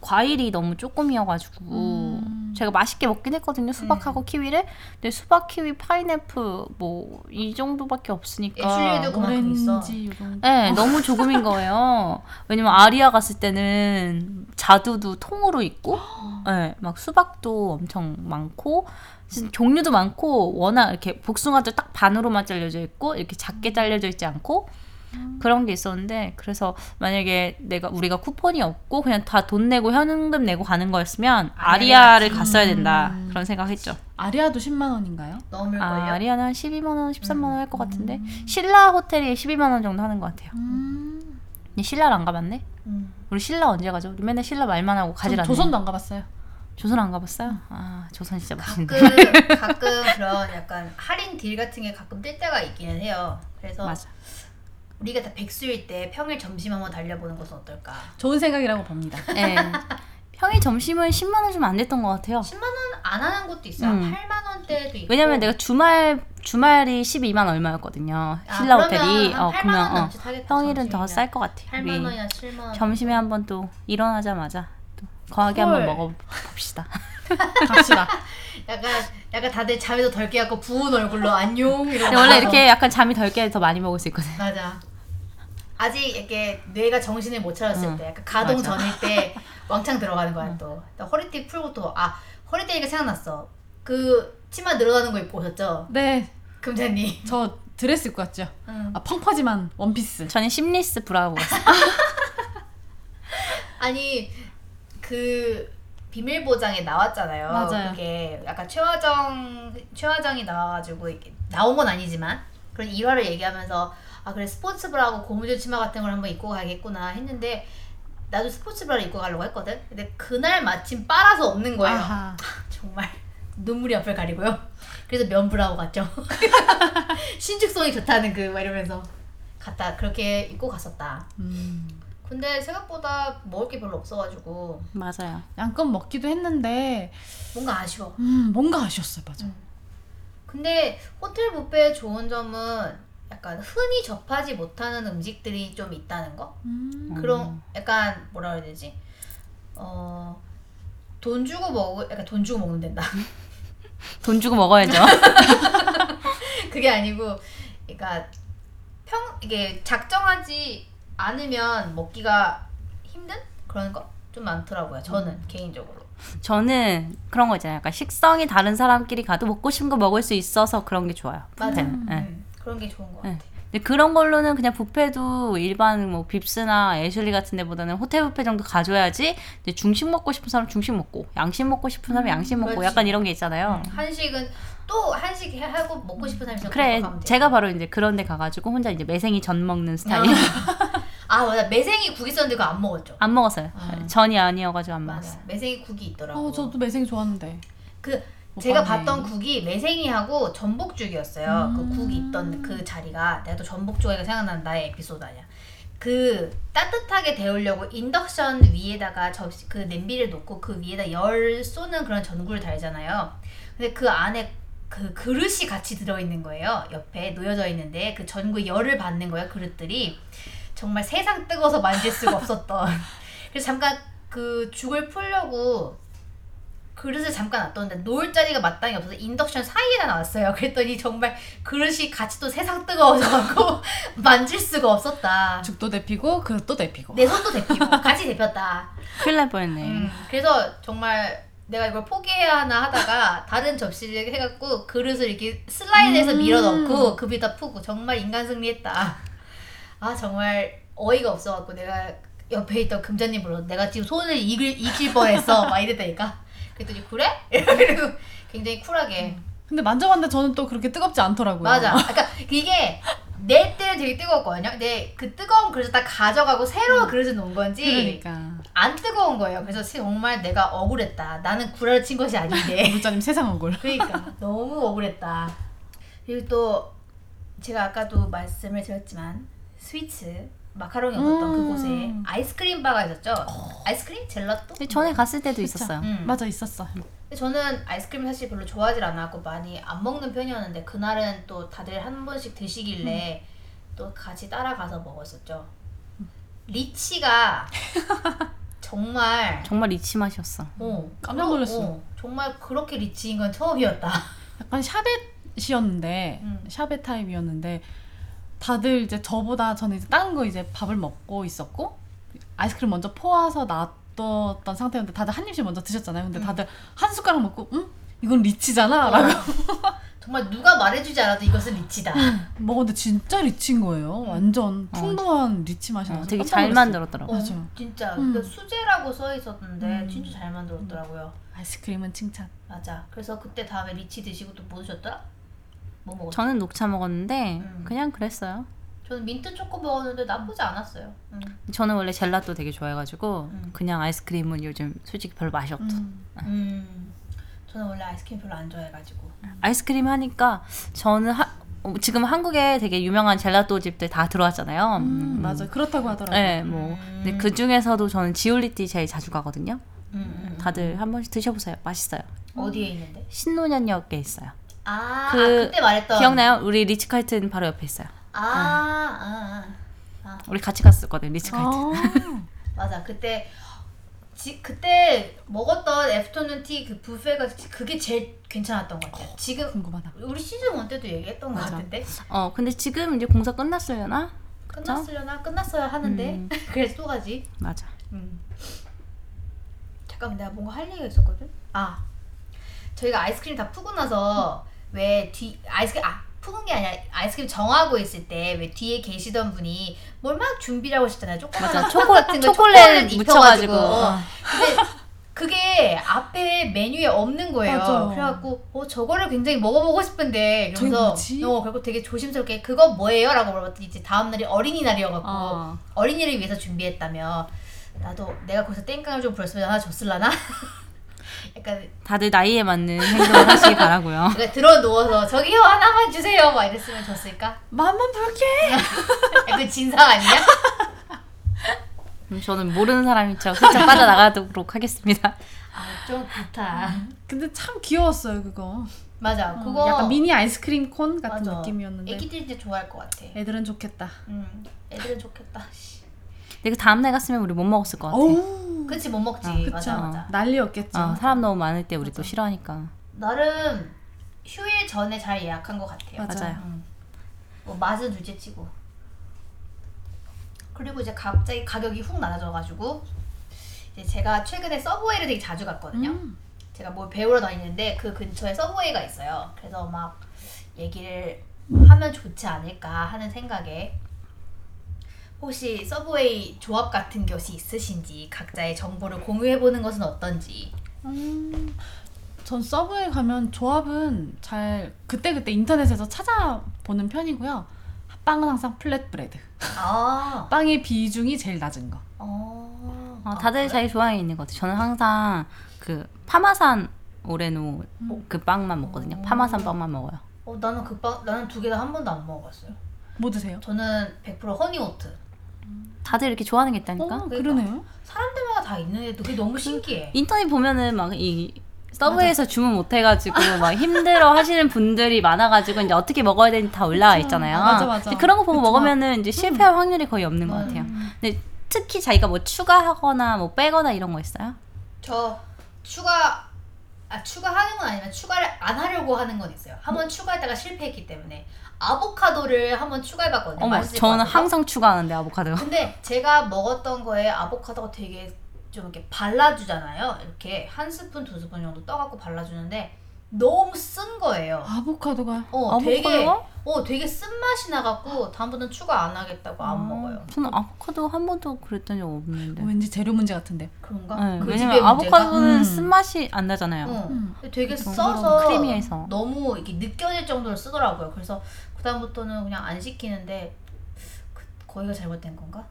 [SPEAKER 2] 과일이 너무 조금이어가지고
[SPEAKER 3] 음.
[SPEAKER 2] 제가 맛있게 먹긴 했거든요 수박하고 키위를 근데 수박 키위 파인애플 뭐 이 정도밖에 없으니까
[SPEAKER 1] 애슐리도 그만큼 있어.
[SPEAKER 3] 오렌지 요 정도.
[SPEAKER 2] 네, 너무 조금인 거예요. 왜냐면 아리아 갔을 때는 자두도 통으로 있고, 네, 막 수박도 엄청 많고, 진짜 종류도 많고, 워낙 이렇게 복숭아도 딱 반으로만 잘려져 있고, 이렇게 작게 잘려져 있지 않고, 그런 게 있었는데, 그래서 만약에 내가, 우리가 쿠폰이 없고, 그냥 다 돈 내고 현금 내고 가는 거였으면, 아리아를 갔어야 된다.
[SPEAKER 3] 음.
[SPEAKER 2] 그런 생각 했죠.
[SPEAKER 3] 아리아도 10만 원인가요?
[SPEAKER 1] 넘을걸요?
[SPEAKER 2] 아, 아리아는 한 12만원, 13만원 할 것 같은데, 신라 호텔이 12만원 정도 하는 것 같아요.
[SPEAKER 3] 음.
[SPEAKER 2] 근데 신라를 안 가봤네?
[SPEAKER 1] 음.
[SPEAKER 2] 우리 신라 언제 가죠? 우리 맨날 신라 말만 하고 가질
[SPEAKER 3] 전
[SPEAKER 2] 않네.
[SPEAKER 3] 조선도 안 가봤어요.
[SPEAKER 2] 조선 안 가봤어요? 아 조선 진짜 맛있는데.
[SPEAKER 1] 가끔
[SPEAKER 2] 네.
[SPEAKER 1] 가끔 그런 약간 할인 딜 같은 게 가끔 뜰 때가 있기는 해요. 그래서
[SPEAKER 2] 맞아.
[SPEAKER 1] 우리가 다 백수일 때 평일 점심 한번 달려보는 것은 어떨까?
[SPEAKER 3] 좋은 생각이라고 봅니다.
[SPEAKER 2] 예. 평일 점심은 10만 원 좀 안 됐던 것 같아요.
[SPEAKER 1] 10만 원 안 하는 곳도 있어요.
[SPEAKER 2] 음.
[SPEAKER 1] 8만 원대도 있고.
[SPEAKER 2] 왜냐면 내가 주말 주말이 12만 얼마였거든요.
[SPEAKER 1] 아,
[SPEAKER 2] 신라 호텔이
[SPEAKER 1] 어,
[SPEAKER 2] 어 그러면 어,
[SPEAKER 1] 하겠다,
[SPEAKER 2] 평일은 더
[SPEAKER 1] 점심이면.
[SPEAKER 2] 쌀 것 같아.
[SPEAKER 1] 8만
[SPEAKER 2] 우리
[SPEAKER 1] 원이나 7만 원.
[SPEAKER 2] 점심에 한번 또 일어나자마자 또 거하게 한번
[SPEAKER 3] 헐.
[SPEAKER 2] 먹어봅시다.
[SPEAKER 3] 갑시다.
[SPEAKER 1] 약간 약간 다들 잠에도 덜 깨갖고 부은 얼굴로 안녕 이러고.
[SPEAKER 2] 근데 원래 이렇게 약간 잠이 덜 깨서 많이 먹을 수 있거든.
[SPEAKER 1] 맞아. 아직 이렇게 뇌가 정신을 못 차렸을
[SPEAKER 2] 응,
[SPEAKER 1] 때, 약간 가동
[SPEAKER 2] 맞아.
[SPEAKER 1] 전일 때 왕창 들어가는 거야 또. 또 허리띠 풀고 또 아 허리띠니까 생각났어. 그 치마 늘어나는 거 입고 오셨죠,
[SPEAKER 3] 네,
[SPEAKER 1] 금자님.
[SPEAKER 3] 저 드레스 입고 왔죠.
[SPEAKER 1] 응.
[SPEAKER 3] 아 펑퍼짐한 원피스.
[SPEAKER 2] 저는 심리스 브라보.
[SPEAKER 1] 아니 그 비밀 보장에 나왔잖아요.
[SPEAKER 3] 맞아요.
[SPEAKER 1] 그게 약간 최화정 최화정이 나와가지고 이게 나온 건 아니지만 그런 일화를 얘기하면서 아 그래 스포츠 브라하고 고무줄 치마 같은 걸 한번 입고 가겠구나 했는데 나도 스포츠 브라를 입고 가려고 했거든. 근데 그날 마침 빨아서 없는 거예요.
[SPEAKER 3] 아하.
[SPEAKER 1] 정말 눈물이 앞을 가리고요. 그래서 면부라고 갔죠. 신축성이 좋다는 그 막 이러면서 갔다 그렇게 입고 갔었다.
[SPEAKER 3] 음.
[SPEAKER 1] 근데 생각보다 먹을 게 별로 없어가지고
[SPEAKER 2] 맞아요.
[SPEAKER 3] 양껏 먹기도 했는데
[SPEAKER 1] 뭔가 아쉬워.
[SPEAKER 3] 음, 뭔가 아쉬웠어요, 맞아.
[SPEAKER 1] 근데 호텔 뷔페의 좋은 점은 약간 흔히 접하지 못하는 음식들이 좀 있다는 거?
[SPEAKER 3] 음.
[SPEAKER 1] 그런 약간 뭐라 해야 되지? 어. 돈 주고 먹을, 약간 돈 주고 먹는 된다.
[SPEAKER 2] 돈 주고 먹어야죠.
[SPEAKER 1] 그게 아니고, 그러니까 평 이게 작정하지 않으면 먹기가 힘든 그런 거 좀 많더라고요. 저는 개인적으로.
[SPEAKER 2] 저는 그런 거 있잖아요. 약간 식성이 다른 사람끼리 가도 먹고 싶은 거 먹을 수 있어서 그런 게 좋아요.
[SPEAKER 1] 맞아.
[SPEAKER 2] 뷔페는. 예.
[SPEAKER 1] 음, 그런 게 좋은 것
[SPEAKER 2] 네.
[SPEAKER 1] 같아.
[SPEAKER 2] 근데 그런 걸로는 그냥 뷔페도 일반 뭐 빕스나 애슐리 같은 데보다는 호텔 뷔페 정도 가줘야지 이제 중식 먹고 싶은 사람 중식 먹고 양식 먹고 싶은 사람 양식 먹고
[SPEAKER 1] 음, 그렇지. 음.
[SPEAKER 2] 약간 이런 게 있잖아요.
[SPEAKER 1] 한식은 또 한식 해- 하고 먹고 싶은 사람이 있으면
[SPEAKER 2] 그래
[SPEAKER 1] 그거 가면 돼.
[SPEAKER 2] 제가 바로 이제 그런 데 가가지고 혼자 이제 매생이 전 먹는 스타일
[SPEAKER 1] 아 맞아 매생이 국 있었는데 그거 안 먹었죠
[SPEAKER 2] 안 먹었어요. 네,
[SPEAKER 3] 아.
[SPEAKER 2] 전이 아니어가지고 안 먹었어요.
[SPEAKER 1] 맞아 매생이 국이 있더라고
[SPEAKER 3] 어, 저도 매생이 좋아하는데.
[SPEAKER 1] 그
[SPEAKER 3] 못
[SPEAKER 1] 제가
[SPEAKER 3] 봤네.
[SPEAKER 1] 봤던 국이 매생이하고 전복죽이었어요
[SPEAKER 3] 음.
[SPEAKER 1] 그 국이 있던 그 자리가 내가 또 전복죽하니까 생각나는 나의 에피소드 아니야 그 따뜻하게 데우려고 인덕션 위에다가 접시 그 냄비를 놓고 그 위에다 열 쏘는 그런 전구를 달잖아요 근데 그 안에 그 그릇이 같이 들어있는 거예요 옆에 놓여져 있는데 그 전구 열을 받는 거예요 그릇들이 정말 세상 뜨거워서 만질 수가 없었던. 그래서 잠깐 그 죽을 풀려고 그릇을 잠깐 놨뒀는데 놓을 자리가 마땅히 없어서 인덕션 사이에다 놨어요. 그랬더니 정말 그릇이 같이 또 세상 뜨거워서 갖고 만질 수가 없었다.
[SPEAKER 3] 죽도 데피고 그릇도 데피고.
[SPEAKER 1] 내 손도 데피고 같이 데폈다.
[SPEAKER 2] 큰일 날 뻔했네.
[SPEAKER 1] 음, 그래서 정말 내가 이걸 포기해야 하나 하다가 다른 접시를 해갖고 그릇을 이렇게 슬라이드해서
[SPEAKER 3] 음.
[SPEAKER 1] 밀어넣고 그 위에다 푸고 정말 인간 승리했다. 아 정말 어이가 없어갖고 내가 옆에 있던 금자님 불러 내가 지금 손을 익을, 익힐 뻔했어 막 이랬다니까 그랬더니 그래? 이러고 굉장히 쿨하게
[SPEAKER 3] 근데 만져봤는데 저는 또 그렇게 뜨겁지 않더라고요.
[SPEAKER 1] 맞아 그러니까 이게 내 때는 되게 뜨거웠거든요 근데 그 뜨거운 그릇을 딱 가져가고 새로운 그릇을 놓은 건지
[SPEAKER 3] 음. 그러니까
[SPEAKER 1] 안 뜨거운 거예요. 그래서 정말 내가 억울했다. 나는 구라를 친 것이 아닌데.
[SPEAKER 3] 물자님 세상 얼굴.
[SPEAKER 1] 그러니까 너무 억울했다. 그리고 또 제가 아까도 말씀을 드렸지만 스위츠 마카롱이 없었던
[SPEAKER 3] 음.
[SPEAKER 1] 그곳에 아이스크림 바가 있었죠. 아이스크림 젤라또?
[SPEAKER 2] 근데 전에 갔을 때도
[SPEAKER 3] 그쵸.
[SPEAKER 2] 있었어요.
[SPEAKER 1] 음.
[SPEAKER 3] 맞아 있었어.
[SPEAKER 1] 근데 저는 아이스크림 사실 별로 좋아하지 않았고 많이 안 먹는 편이었는데 그날은 또 다들 한 번씩 드시길래 또 같이 따라가서 먹었었죠. 리치가 정말
[SPEAKER 2] 정말 리치 맛이었어.
[SPEAKER 1] 어,
[SPEAKER 3] 깜짝
[SPEAKER 1] 그러-
[SPEAKER 3] 놀랐어.
[SPEAKER 1] 어, 정말 그렇게 리치인 건 처음이었다.
[SPEAKER 3] 약간 샤벳이었는데
[SPEAKER 1] 음.
[SPEAKER 3] 샤벳 타입이었는데 다들 이제 저보다 저는 이제 다른 거 이제 밥을 먹고 있었고 아이스크림 먼저 퍼와서 놔뒀던 상태였는데 다들 한 입씩 먼저 드셨잖아요. 근데
[SPEAKER 1] 음.
[SPEAKER 3] 다들 한 숟가락 먹고 응? 이건
[SPEAKER 2] 어.
[SPEAKER 3] 리치잖아라고
[SPEAKER 1] 정말 누가 말해주지 않아도 이것은 리치다.
[SPEAKER 3] 먹었는데 어, 진짜 리치인 거예요. 완전
[SPEAKER 2] 어.
[SPEAKER 3] 풍부한 리치 맛이
[SPEAKER 2] 어,
[SPEAKER 3] 나서
[SPEAKER 2] 되게
[SPEAKER 3] 깜짝
[SPEAKER 2] 잘
[SPEAKER 3] 놀랐어요.
[SPEAKER 2] 만들었더라고.
[SPEAKER 1] 어,
[SPEAKER 3] 맞아요.
[SPEAKER 1] 진짜
[SPEAKER 3] 음.
[SPEAKER 1] 그 수제라고 써 있었는데
[SPEAKER 3] 음.
[SPEAKER 1] 진짜 잘 만들었더라고요.
[SPEAKER 3] 아이스크림은 칭찬.
[SPEAKER 1] 맞아. 그래서 그때 다음에 리치 드시고 또 뭐 드셨더라? 뭐 먹었어?
[SPEAKER 2] 저는 녹차 먹었는데
[SPEAKER 1] 음.
[SPEAKER 2] 그냥 그랬어요.
[SPEAKER 1] 저는 민트 초코 먹었는데 나쁘지 않았어요. 음.
[SPEAKER 2] 저는 원래 젤라또 되게 좋아해가지고
[SPEAKER 1] 음.
[SPEAKER 2] 그냥 아이스크림은 요즘 솔직히 별로 맛이 없어.
[SPEAKER 3] 음.
[SPEAKER 1] 음. 저는 원래 아이스크림 별로 안 좋아해가지고.
[SPEAKER 2] 아이스크림 하니까 저는 하, 어, 지금 한국에 되게 유명한 젤라또 집들 다 들어왔잖아요.
[SPEAKER 1] 음,
[SPEAKER 2] 음.
[SPEAKER 3] 음, 맞아 그렇다고 하더라고요.
[SPEAKER 2] 네, 뭐. 근데 그 중에서도 저는 지올리티 제일 자주 가거든요.
[SPEAKER 1] 음, 음.
[SPEAKER 2] 다들 한 번씩 드셔보세요. 맛있어요.
[SPEAKER 1] 어디에 있는데?
[SPEAKER 2] 신논현역에 있어요.
[SPEAKER 1] 아, 그,
[SPEAKER 2] 그-
[SPEAKER 1] 아 그때 말했던
[SPEAKER 2] 기억나요? 우리 리츠 칼튼 바로 옆에 있어요.
[SPEAKER 1] 아, 아, 아.
[SPEAKER 2] 우리 같이 갔었거든,
[SPEAKER 1] 어.
[SPEAKER 2] 리츠 칼튼.
[SPEAKER 3] 아,
[SPEAKER 1] 맞아 그때 지, 그때 먹었던 애프터눈 티 그 뷔페가 그게 제일 괜찮았던 것 같아. 지금
[SPEAKER 3] 궁금하다.
[SPEAKER 1] 우리 시즌 1 때도 얘기했던 것
[SPEAKER 2] 맞아.
[SPEAKER 1] 같은데
[SPEAKER 2] 어, 근데 지금 이제 공사 끝났으려나?
[SPEAKER 1] 끝났으려나 끝났어야 하는데
[SPEAKER 2] 음.
[SPEAKER 1] 그래서 또 가지.
[SPEAKER 2] 맞아.
[SPEAKER 1] 음. 잠깐 만 내가 뭔가 할 얘기가 있었거든. 아 저희가 아이스크림 다 푸고 나서 왜 뒤 아이스크림 아 푸는 게 아니라 아이스크림 정하고 있을 때 왜 뒤에 계시던 분이 뭘 막 준비라고 하셨잖아요.
[SPEAKER 2] 맞아.
[SPEAKER 1] 조그마한
[SPEAKER 2] 초코,
[SPEAKER 1] 같은 거
[SPEAKER 2] 초콜릿
[SPEAKER 1] 초콜릿
[SPEAKER 2] 묻혀가지고.
[SPEAKER 1] 입혀가지고.
[SPEAKER 2] 어.
[SPEAKER 1] 어. 근데 그게 앞에 메뉴에 없는 거예요.
[SPEAKER 3] 맞아.
[SPEAKER 1] 그래갖고 어 저거를 굉장히 먹어보고 싶은데
[SPEAKER 3] 저게
[SPEAKER 1] 이러면서
[SPEAKER 3] 뭐지?
[SPEAKER 1] 어 그리고 되게 조심스럽게 그거 뭐예요?라고 물어봤더니 이제 다음 날이 어린이날이어갖고
[SPEAKER 2] 어.
[SPEAKER 1] 어린이를 위해서 준비했다며 나도 내가 거기서 땡깡을 좀 부렸으면 하나 줬을라나? 약간
[SPEAKER 2] 다들 나이에 맞는 행동을 하시기 바라고요.
[SPEAKER 1] 내가 들어 누워서 저기요 하나만 주세요 막 이랬으면 줬을까?
[SPEAKER 3] 맛만 볼게.
[SPEAKER 1] 약간 진상 아니야?
[SPEAKER 2] 음, 저는 모르는 사람인 척 살짝 빠져나가도록 하겠습니다.
[SPEAKER 1] 아좀 그렇다
[SPEAKER 3] 근데 참 귀여웠어요 그거.
[SPEAKER 1] 맞아
[SPEAKER 3] 어,
[SPEAKER 1] 그거
[SPEAKER 3] 약간 미니 아이스크림 콘 같은
[SPEAKER 1] 맞아.
[SPEAKER 3] 느낌이었는데 네.
[SPEAKER 1] 애기들 이제 좋아할 것 같아
[SPEAKER 3] 애들은 좋겠다.
[SPEAKER 1] 음 애들은 좋겠다 씨.
[SPEAKER 2] 근데 그 다음날 갔으면 우리 못 먹었을 것 같아.
[SPEAKER 3] 어우,
[SPEAKER 1] 그치 못 먹지
[SPEAKER 2] 아, 그쵸.
[SPEAKER 1] 맞아 맞아
[SPEAKER 3] 네. 난리였겠죠.
[SPEAKER 2] 어, 사람 너무 많을 때 우리 또
[SPEAKER 3] 맞아.
[SPEAKER 2] 싫어하니까.
[SPEAKER 1] 나름 휴일 전에 잘 예약한 것 같아요
[SPEAKER 3] 맞아요.
[SPEAKER 2] 맞아요.
[SPEAKER 1] 음. 뭐 맛은 둘째 치고 그리고 이제 갑자기 가격이 훅 낮아져가지고 이제 제가 최근에 서브웨이를 되게 자주 갔거든요
[SPEAKER 3] 음.
[SPEAKER 1] 제가 뭘 배우러 다니는데 그 근처에 서브웨이가 있어요 그래서 막 얘기를 하면 좋지 않을까 하는 생각에 혹시 서브웨이 조합 같은 것이 있으신지 각자의 정보를 공유해보는 것은 어떤지
[SPEAKER 3] 음, 전 서브에 가면 조합은 잘 그때 그때 인터넷에서 찾아보는 편이고요. 빵은 항상 플랫 브레드.
[SPEAKER 1] 아,
[SPEAKER 3] 빵의 비중이 제일 낮은 거.
[SPEAKER 1] 어,
[SPEAKER 2] 어, 다들
[SPEAKER 1] 그래?
[SPEAKER 2] 자기 좋아하는 게 있는 것 같아요. 저는 항상 그 파마산 오레노
[SPEAKER 3] 음.
[SPEAKER 2] 그 빵만 먹거든요.
[SPEAKER 1] 음.
[SPEAKER 2] 파마산 빵만 먹어요.
[SPEAKER 1] 어, 나는 그빵 나는 두 개 다 한 번도 안 먹어봤어요.
[SPEAKER 3] 뭐 드세요?
[SPEAKER 1] 저는 100% 허니오트.
[SPEAKER 2] 다들 이렇게 좋아하는 게 있다니까.
[SPEAKER 3] 어,
[SPEAKER 1] 그러니까.
[SPEAKER 3] 그러네요.
[SPEAKER 1] 사람들마다 다 있는데 그게 너무 신기해.
[SPEAKER 2] 인터넷 보면은 막 이 서브웨이에서 주문 못 해가지고 막 힘들어 하시는 분들이 많아가지고 이제 어떻게 먹어야 되는지 다 올라와
[SPEAKER 3] 맞아.
[SPEAKER 2] 있잖아요.
[SPEAKER 3] 맞아, 맞아.
[SPEAKER 2] 근데 그런 거 보고
[SPEAKER 3] 그쵸.
[SPEAKER 2] 먹으면은
[SPEAKER 1] 음.
[SPEAKER 2] 이제 실패할 확률이 거의 없는 것 같아요.
[SPEAKER 3] 음.
[SPEAKER 2] 근데 특히 자기가 뭐 추가하거나 뭐 빼거나 이런 거 있어요?
[SPEAKER 1] 저 추가 아 추가하는 건 아니면 추가를 안 하려고 하는 건 있어요. 한 번 추가했다가 실패했기 때문에 아보카도를 한 번 추가해봤거든요.
[SPEAKER 2] 어머,
[SPEAKER 1] 네, 맛있을
[SPEAKER 2] 저는
[SPEAKER 1] 것 같아서.
[SPEAKER 2] 항상 추가하는데 아보카도.
[SPEAKER 1] 근데 제가 먹었던 거에 아보카도가 되게 좀 이렇게 발라주잖아요. 이렇게 한 스푼 두 스푼 정도 떠갖고 발라주는데 너무 쓴 거예요.
[SPEAKER 3] 아보카도가
[SPEAKER 1] 어, 되게
[SPEAKER 2] 아보카도가?
[SPEAKER 1] 어 되게 쓴맛이 나갖고 다음부터는 추가 안 하겠다고 안
[SPEAKER 2] 아,
[SPEAKER 1] 먹어요.
[SPEAKER 2] 저는 아보카도 한 번도 그랬던 적
[SPEAKER 1] 네.
[SPEAKER 2] 없는데.
[SPEAKER 3] 왠지 재료 문제 같은데.
[SPEAKER 1] 그런가?
[SPEAKER 2] 네,
[SPEAKER 1] 그 집의
[SPEAKER 2] 왜냐면 아보카도는
[SPEAKER 3] 음.
[SPEAKER 2] 쓴맛이 안 나잖아요.
[SPEAKER 1] 문제가? 어.
[SPEAKER 3] 음.
[SPEAKER 1] 되게
[SPEAKER 2] 그래서
[SPEAKER 1] 써서
[SPEAKER 2] 크리미해서.
[SPEAKER 1] 너무 이렇게 느껴질 정도로 쓰더라고요. 그래서 그다음부터는 그냥 안 시키는데 그, 거기가 잘못된 건가?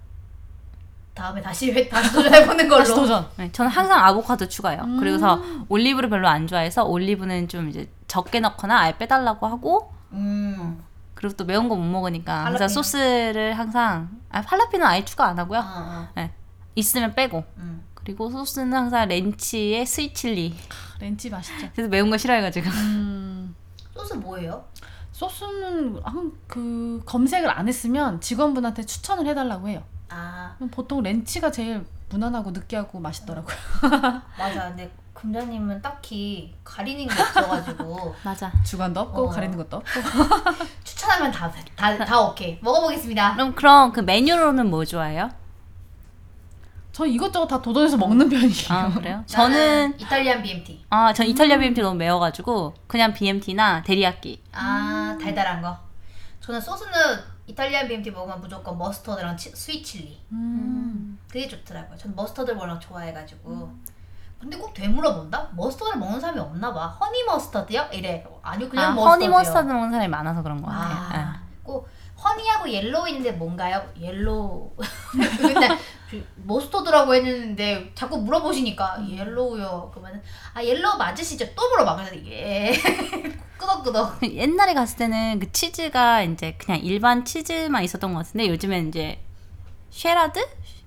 [SPEAKER 1] 다음에 다시 회- 다시 도전해보는 걸로.
[SPEAKER 3] 다시 도전.
[SPEAKER 2] 네, 저는 항상 아보카도 추가해요.
[SPEAKER 3] 음.
[SPEAKER 2] 그래서 올리브를 별로 안 좋아해서 올리브는 좀 이제 적게 넣거나 아예 빼달라고 하고
[SPEAKER 1] 음.
[SPEAKER 2] 그리고 또 매운 거 못 먹으니까 항상
[SPEAKER 1] 할라피뇨.
[SPEAKER 2] 소스를 항상 아, 팔라피는 아예 추가 안 하고요.
[SPEAKER 1] 어, 어.
[SPEAKER 2] 있으면 빼고
[SPEAKER 1] 음.
[SPEAKER 2] 그리고 소스는 항상 렌치에 스위칠리.
[SPEAKER 3] 렌치 맛있죠.
[SPEAKER 2] 그래서 매운 거 싫어해가지고
[SPEAKER 3] 음,
[SPEAKER 1] 소스 뭐예요?
[SPEAKER 3] 소스는 한, 그 검색을 안 했으면 직원분한테 추천을 해달라고 해요.
[SPEAKER 1] 아
[SPEAKER 3] 보통 렌치가 제일 무난하고 느끼하고 맛있더라고요.
[SPEAKER 1] 맞아. 근데 금자님은 딱히 가리는 게 없어가지고
[SPEAKER 2] 맞아.
[SPEAKER 3] 주관도 없고
[SPEAKER 1] 어.
[SPEAKER 3] 가리는 것도 없고.
[SPEAKER 1] 추천하면 다다다 다, 다 오케이. 먹어보겠습니다.
[SPEAKER 2] 그럼 그럼 그 메뉴로는 뭐 좋아해요?
[SPEAKER 3] 저 이것저것 다 도전해서 먹는 편이에요.
[SPEAKER 2] 아 그래요? 저는
[SPEAKER 1] 나는 이탈리안 BMT.
[SPEAKER 2] 아, 전 이탈리아
[SPEAKER 1] 음.
[SPEAKER 2] BMT 너무 매워가지고 그냥 BMT나 데리야끼.
[SPEAKER 1] 아 달달한 거. 저는 소스는 이탈리안 BMT 먹으면 무조건 머스터드랑 치, 스윗 칠리.
[SPEAKER 3] 음.
[SPEAKER 1] 그게 좋더라고요. 전 머스터드를 워낙 좋아해가지고.
[SPEAKER 2] 음.
[SPEAKER 1] 근데 꼭 되물어본다? 머스터드를 먹는 사람이 없나 봐. 허니 머스터드요? 이래. 아니요 그냥
[SPEAKER 2] 아,
[SPEAKER 1] 머스터드요.
[SPEAKER 2] 허니 머스타드 먹는 사람이 많아서 그런 것 같아요. 예.
[SPEAKER 1] 아, 꼭 허니하고 옐로우 있는데 뭔가요? 옐로우. 맨날 그 머스터드라고 했는데 자꾸
[SPEAKER 2] 음.
[SPEAKER 1] 물어보시니까 옐로우요. 그러면 아 옐로우 맞으시죠? 또 물어봐. 그래서 예. 끄덕끄덕.
[SPEAKER 2] 옛날에 갔을 때는 그 치즈가 이제 그냥 일반 치즈만 있었던 것 같은데 요즘엔 이제 쉐라드?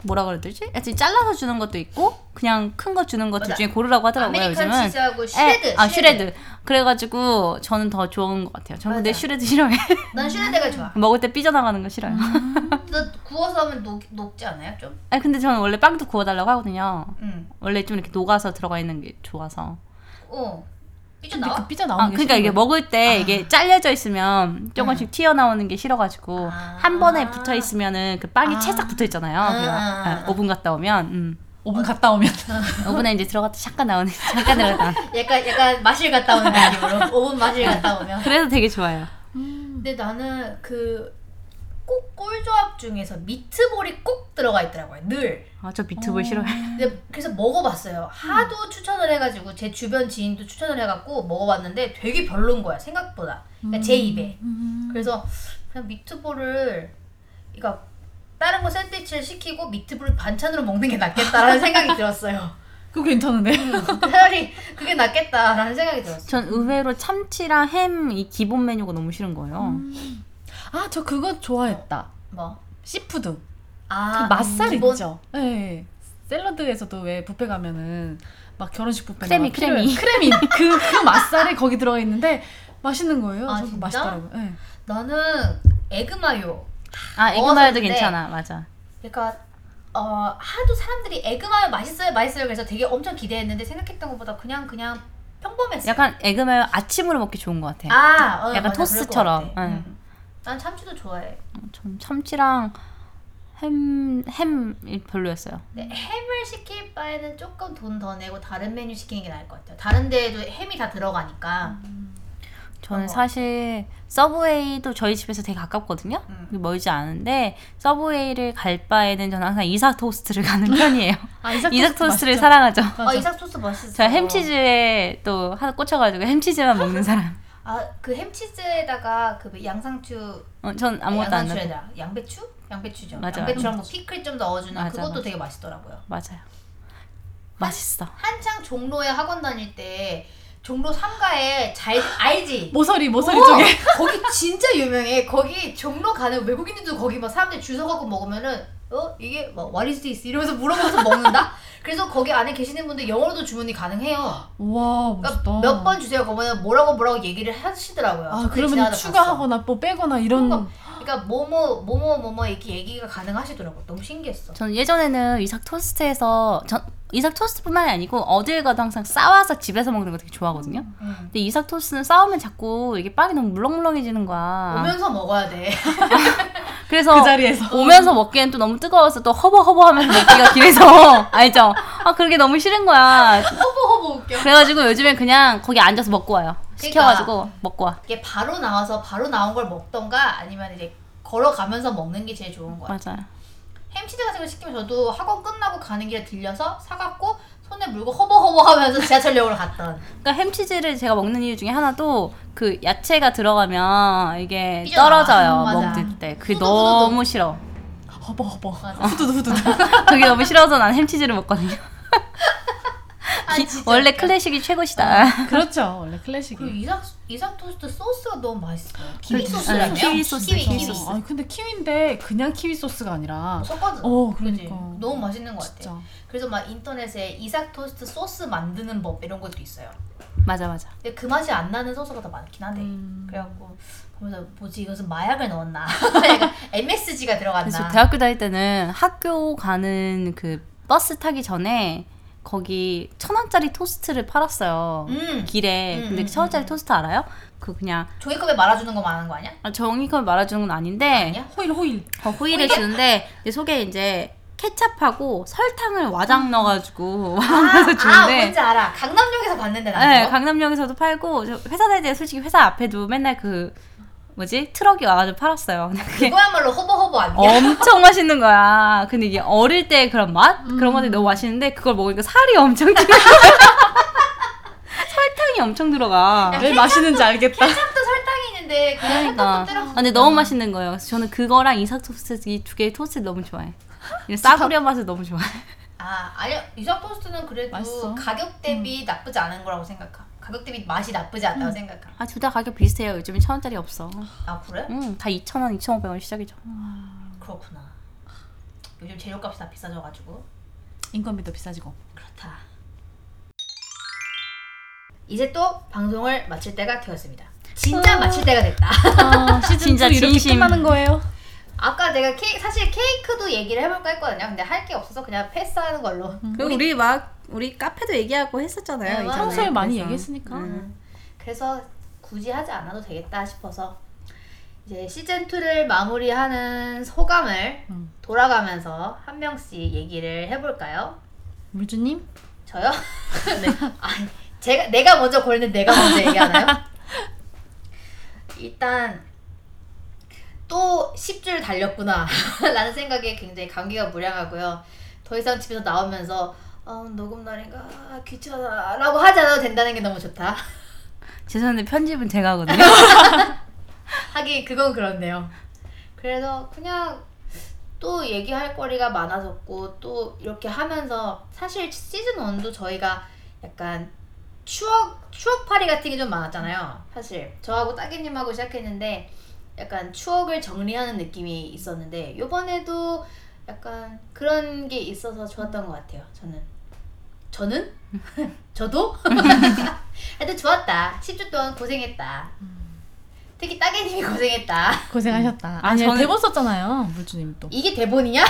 [SPEAKER 2] 뭐라 그래야 되지? 하여튼 잘라서 주는 것도 있고 그냥 큰 거 주는 것
[SPEAKER 1] 맞아.
[SPEAKER 2] 둘 중에 고르라고 하더라고요
[SPEAKER 1] 아메리칸
[SPEAKER 2] 요즘은.
[SPEAKER 1] 치즈하고 슈레드.
[SPEAKER 2] 에, 아 슈레드. 그래가지고 저는 더 좋은 것 같아요. 저는 근데
[SPEAKER 1] 맞아.
[SPEAKER 2] 슈레드 싫어해.
[SPEAKER 1] 난 슈레드가 좋아.
[SPEAKER 2] 먹을 때 삐져나가는 거 싫어요.
[SPEAKER 1] 음. 너 구워서 하면 녹, 녹지 않아요? 좀?
[SPEAKER 2] 아니 근데 저는 원래 빵도 구워달라고 하거든요.
[SPEAKER 1] 응.
[SPEAKER 2] 원래 좀 이렇게 녹아서 들어가 있는 게 좋아서.
[SPEAKER 1] 어. 삐져
[SPEAKER 3] 근데
[SPEAKER 1] 나와?
[SPEAKER 3] 그 삐져
[SPEAKER 2] 아,
[SPEAKER 3] 나오는 게
[SPEAKER 2] 그러니까 이게
[SPEAKER 3] 싫은 거예요.
[SPEAKER 2] 먹을 때 이게 잘려져 있으면 조금씩 튀어나오는 게 싫어가지고
[SPEAKER 1] 아.
[SPEAKER 2] 한 번에 붙어 있으면은 그 빵이
[SPEAKER 3] 아.
[SPEAKER 2] 채싹 붙어 있잖아요.
[SPEAKER 1] 아.
[SPEAKER 2] 아, 오븐 갔다 오면 음.
[SPEAKER 3] 오븐 갔다 오면
[SPEAKER 2] 오븐에 이제 들어갔다 잠깐 나오는 잠깐 들어갔다.
[SPEAKER 1] 약간 약간 마실 갔다 오는 느낌으로 5분 마실 갔다 오면
[SPEAKER 2] 그래서 되게 좋아요. 음.
[SPEAKER 1] 근데 나는 그 꼭 꿀조합 중에서 미트볼이 꼭 들어가 있더라고요 늘
[SPEAKER 2] 아저 비트볼
[SPEAKER 3] 어.
[SPEAKER 2] 싫어요.
[SPEAKER 1] 근데 그래서 먹어봤어요 하도 추천을 해가지고 제 주변 지인도 추천을 해갖고 먹어봤는데 되게 별론 거야 생각보다 그러니까 제 입에
[SPEAKER 3] 음.
[SPEAKER 1] 그래서 그냥 미트볼을 그러니까 다른 거 샌드위치를 시키고 미트볼을 반찬으로 먹는 게 낫겠다라는 생각이 들었어요
[SPEAKER 3] 그거 괜찮은데
[SPEAKER 1] 차라리 그게 낫겠다라는 생각이 들었어요
[SPEAKER 2] 전 의외로 참치랑 햄 이 기본 메뉴가 너무 싫은 거예요.
[SPEAKER 3] 음. 아 저 그거 좋아했다
[SPEAKER 1] 뭐
[SPEAKER 3] 씨푸드 그
[SPEAKER 1] 아,
[SPEAKER 3] 맛살
[SPEAKER 1] 기본-
[SPEAKER 3] 있죠 예 네. 샐러드에서도 왜 뷔페 가면은 막 결혼식 뷔페
[SPEAKER 2] 크래미, 크래미.
[SPEAKER 3] 크래미 그, 그 맛살이 거기 들어가 있는데 맛있는 거예요
[SPEAKER 1] 아,
[SPEAKER 3] 저거
[SPEAKER 1] 진짜?
[SPEAKER 3] 맛있더라고요 예.
[SPEAKER 1] 나는 에그마요.
[SPEAKER 2] 아 에그마요도
[SPEAKER 1] 먹었을 때
[SPEAKER 2] 괜찮아 맞아.
[SPEAKER 1] 그러니까 어, 하도 사람들이 에그마요 맛있어요, 맛있어요. 그래서 되게 엄청 기대했는데 생각했던 것보다 그냥 그냥 평범했어.
[SPEAKER 2] 약간 에그마요 아침으로 먹기 좋은 것 같아요.
[SPEAKER 1] 아, 어,
[SPEAKER 2] 약간
[SPEAKER 1] 맞아,
[SPEAKER 2] 토스처럼,
[SPEAKER 1] 그럴 것 같아.
[SPEAKER 2] 응.
[SPEAKER 1] 음. 난 참치도 좋아해.
[SPEAKER 2] 전 참치랑 햄 햄이 별로였어요.
[SPEAKER 1] 근데 네, 햄을 시킬 바에는 조금 돈 더 내고 다른 메뉴 시키는 게 나을 것 같아요. 다른 데에도 햄이 다 들어가니까.
[SPEAKER 2] 음. 저는
[SPEAKER 1] 어.
[SPEAKER 2] 사실 서브웨이도 저희 집에서 되게 가깝거든요.
[SPEAKER 1] 음.
[SPEAKER 2] 멀지 않은데 서브웨이를 갈 바에는 저는 항상 이삭 토스트를 가는 편이에요.
[SPEAKER 3] 아 이삭,
[SPEAKER 2] 이삭 토스트를
[SPEAKER 3] 맛있죠?
[SPEAKER 2] 사랑하죠.
[SPEAKER 1] 아,
[SPEAKER 3] 맞아.
[SPEAKER 1] 이삭 소스 맛있어.
[SPEAKER 2] 저 햄치즈에 또 하나 꽂혀가지고 햄치즈만 먹는 사람.
[SPEAKER 1] 아, 그 햄치즈에다가 그 양상추,
[SPEAKER 2] 어, 전 아무것도 안 넣어요.
[SPEAKER 1] 양상추에다 양배추? 양배추죠.
[SPEAKER 2] 맞아,
[SPEAKER 1] 양배추랑 뭐 피클 좀 넣어주는
[SPEAKER 2] 맞아,
[SPEAKER 1] 그것도
[SPEAKER 2] 맞아.
[SPEAKER 1] 되게 맛있더라고요.
[SPEAKER 2] 맞아요. 맛있어.
[SPEAKER 1] 한창 종로에 학원 다닐 때 종로 3가에 잘 알지?
[SPEAKER 3] 모서리 모서리
[SPEAKER 1] 어,
[SPEAKER 3] 쪽에
[SPEAKER 1] 거기 진짜 유명해. 거기 종로 가는 외국인들도 거기 막 사람들 줄 서갖고 먹으면은 어 이게 뭐 what is this 이러면서 물어보면서 먹는다. 그래서 거기 안에 계시는 분들 영어로도 주문이 가능해요.
[SPEAKER 3] 와
[SPEAKER 1] 그러니까
[SPEAKER 3] 멋있다
[SPEAKER 1] 몇 번 주세요. 그러면 뭐라고 뭐라고 얘기를 하시더라고요.
[SPEAKER 3] 아
[SPEAKER 1] 저도
[SPEAKER 3] 그러면
[SPEAKER 1] 지나가다 봤어.
[SPEAKER 3] 추가하거나 뭐 빼거나 이런
[SPEAKER 1] 그런 그러니까 뭐뭐 뭐뭐 뭐뭐 이렇게 얘기가 가능하시더라고. 너무 신기했어.
[SPEAKER 2] 전 예전에는 이삭 토스트에서 전 이삭 토스트뿐만이 아니고 어딜 가도 항상 싸와서 집에서 먹는 거 되게 좋아하거든요.
[SPEAKER 1] 음.
[SPEAKER 2] 근데 이삭 토스트는 싸우면 자꾸 이게 빵이 너무 물렁물렁해지는 거야.
[SPEAKER 1] 오면서 먹어야 돼.
[SPEAKER 2] 그래서
[SPEAKER 3] 그 자리에서
[SPEAKER 2] 오면서 먹기엔 또 너무 뜨거워서 또 허버허버 하면서 먹기가 길해서 알죠? 아 그게 너무 싫은 거야.
[SPEAKER 1] 허버허버 웃겨.
[SPEAKER 2] 그래가지고 요즘엔 그냥 거기 앉아서 먹고 와요.
[SPEAKER 1] 그러니까.
[SPEAKER 2] 시켜가지고 먹고 와.
[SPEAKER 1] 이게 바로 나와서 바로 나온 걸 먹던가 아니면 이제 걸어가면서 먹는 게 제일 좋은 것 같아요.
[SPEAKER 2] 맞아요.
[SPEAKER 1] 햄치즈 같은 걸 시키면 저도 학원 끝나고 가는 길에 들려서 사갖고 손에 물고 허버허버 하면서 지하철역으로 갔던.
[SPEAKER 2] 그러니까 햄치즈를 제가 먹는 이유 중에 하나도 그 야채가 들어가면 이게
[SPEAKER 1] 삐져나와. 음,
[SPEAKER 2] 떨어져요
[SPEAKER 1] 맞아.
[SPEAKER 2] 먹을 때. 그게
[SPEAKER 1] 후두두두.
[SPEAKER 2] 너무 싫어.
[SPEAKER 3] 허버 허버
[SPEAKER 1] 맞아.
[SPEAKER 3] 후두두 후두두
[SPEAKER 2] 그게 너무 싫어서 난 햄치즈를 먹거든요.
[SPEAKER 1] 아, 진짜.
[SPEAKER 2] 원래 클래식이 최고시다.
[SPEAKER 1] 어.
[SPEAKER 3] 그렇죠 원래 클래식이 그
[SPEAKER 1] 그리고 이삭, 이삭 토스트 소스가 너무 맛있어요.
[SPEAKER 2] 응,
[SPEAKER 1] 키위
[SPEAKER 2] 응,
[SPEAKER 1] 소스라며?
[SPEAKER 2] 아, 키위 소스,
[SPEAKER 1] 키위,
[SPEAKER 2] 키위
[SPEAKER 1] 키위
[SPEAKER 2] 소스.
[SPEAKER 1] 소스.
[SPEAKER 3] 아 근데 키위인데 그냥 키위 소스가 아니라
[SPEAKER 1] 섞어서.
[SPEAKER 3] 어,
[SPEAKER 1] 그지?
[SPEAKER 3] 그러니까.
[SPEAKER 1] 너무 맛있는 것 같아.
[SPEAKER 3] 진짜
[SPEAKER 1] 그래서 막 인터넷에 이삭 토스트 소스 만드는 법 이런 것도 있어요.
[SPEAKER 2] 맞아 맞아.
[SPEAKER 1] 근데 그 맛이 안 나는 소스가 더 많긴 하대.
[SPEAKER 3] 음.
[SPEAKER 1] 그래갖고 보면서 뭐지 이것은 마약을 넣었나? 약간 MSG가
[SPEAKER 2] 그래서
[SPEAKER 1] 들어갔나?
[SPEAKER 2] 대학교 다닐 때는 학교 가는 그 버스 타기 전에 거기 천 원짜리 토스트를 팔았어요.
[SPEAKER 1] 음
[SPEAKER 2] 길에.
[SPEAKER 1] 음,
[SPEAKER 2] 근데
[SPEAKER 1] 음,
[SPEAKER 2] 천 원짜리
[SPEAKER 1] 음.
[SPEAKER 2] 토스트 알아요? 그 그냥
[SPEAKER 1] 종이컵에 말아주는 거 말하는 거 아니야?
[SPEAKER 2] 아, 정의컵 말아주는 건 아닌데
[SPEAKER 1] 아니야?
[SPEAKER 3] 호일 호일
[SPEAKER 2] 어, 호일을 주는데 이제 속에 이제 케찹하고 설탕을 와장 넣어가지고
[SPEAKER 1] 음. 아,
[SPEAKER 2] 와서
[SPEAKER 1] 아
[SPEAKER 2] 주는데.
[SPEAKER 1] 뭔지 알아. 강남역에서 봤는데 나.
[SPEAKER 2] 네,
[SPEAKER 1] 네,
[SPEAKER 2] 강남역에서도 팔고 저 회사 다닐 때 솔직히 회사 앞에도 맨날 그 뭐지 트럭이 와가지고 팔았어요. 근데 그게
[SPEAKER 1] 그거야말로 허버허버 아니야?
[SPEAKER 2] 엄청 맛있는 거야. 근데 이게 어릴 때 그런 맛?
[SPEAKER 3] 음.
[SPEAKER 2] 그런 것들이 너무 맛있는데 그걸 먹으니까 살이 엄청 찌는 거야. 설탕이 엄청
[SPEAKER 1] 아,
[SPEAKER 2] 들어가.
[SPEAKER 3] 왜 맛있는지 알겠다
[SPEAKER 1] 케찹도 설탕이 있는데 그냥
[SPEAKER 2] 그러니까.
[SPEAKER 1] 설탕도 때려.
[SPEAKER 2] 아, 근데 너무 맛있는 거예요. 그래서 저는 그거랑 이삭 토스트 이 두 개의 토스트 너무 좋아해. 이 싸구려 맛을 너무 좋아해.
[SPEAKER 1] 아 아니요 유자 토스트는 그래도
[SPEAKER 3] 맛있어.
[SPEAKER 1] 가격 대비
[SPEAKER 2] 음.
[SPEAKER 1] 나쁘지 않은 거라고 생각함. 가격 대비 맛이 나쁘지 않다고 생각함.
[SPEAKER 2] 아, 둘 다 가격 비슷해요. 요즘에 천 원짜리 없어.
[SPEAKER 1] 아 그래?
[SPEAKER 2] 음, 다 2,000원, 2,500원 시작이죠.
[SPEAKER 1] 그렇구나. 요즘 재료값이 다 비싸져가지고
[SPEAKER 3] 인건비도 비싸지고.
[SPEAKER 1] 그렇다. 이제 또 방송을 마칠 때가 되었습니다. 진짜
[SPEAKER 3] 어.
[SPEAKER 1] 마칠 때가 됐다.
[SPEAKER 3] 아, 시즌 2
[SPEAKER 2] 진짜
[SPEAKER 3] 이렇게
[SPEAKER 2] 진심. 네,
[SPEAKER 3] 끝나는 거예요.
[SPEAKER 1] 아까 내가 케이 사실 케이크도 얘기를 해볼까 했거든요. 근데 할 게 없어서 그냥 패스하는 걸로.
[SPEAKER 2] 그리고 우리, 막 우리 카페도 얘기하고 했었잖아요.
[SPEAKER 1] 네,
[SPEAKER 2] 이전에.
[SPEAKER 1] 평소에
[SPEAKER 3] 많이
[SPEAKER 2] 그래서.
[SPEAKER 3] 얘기했으니까.
[SPEAKER 2] 음.
[SPEAKER 1] 그래서 굳이 하지 않아도 되겠다 싶어서 이제 시즌 2를 마무리하는 소감을
[SPEAKER 3] 음.
[SPEAKER 1] 돌아가면서 한 명씩 얘기를 해볼까요?
[SPEAKER 3] 물주님?
[SPEAKER 1] 저요? 네. 아, 제가 내가 먼저 고르는 내가 먼저 얘기하나요? 일단 또 10줄 달렸구나 라는 생각에 굉장히 감기가 무량하고요. 더 이상 집에서 나오면서 어, 녹음 날인가 귀찮아 라고 하지 않아도 된다는 게 너무 좋다.
[SPEAKER 2] 죄송한데 편집은 제가 하거든요.
[SPEAKER 1] 하긴 그건 그렇네요. 그래서 그냥 또 얘기할 거리가 많아졌고 또 이렇게 하면서 사실 시즌 1도 저희가 약간 추억 추억 파리 같은 게 좀 많았잖아요. 사실 저하고 따개님하고 시작했는데 약간 추억을 정리하는 느낌이 있었는데 요번에도 약간 그런 게 있어서 좋았던 것 같아요. 저는 저는 저도 하여튼 좋았다. 10주 동안 고생했다. 특히 따개님이 고생했다.
[SPEAKER 3] 고생하셨다.
[SPEAKER 2] 아,
[SPEAKER 3] 아, 니
[SPEAKER 2] 저는-
[SPEAKER 3] 대본 썼잖아요. 물주님 또.
[SPEAKER 1] 이게 대본이냐?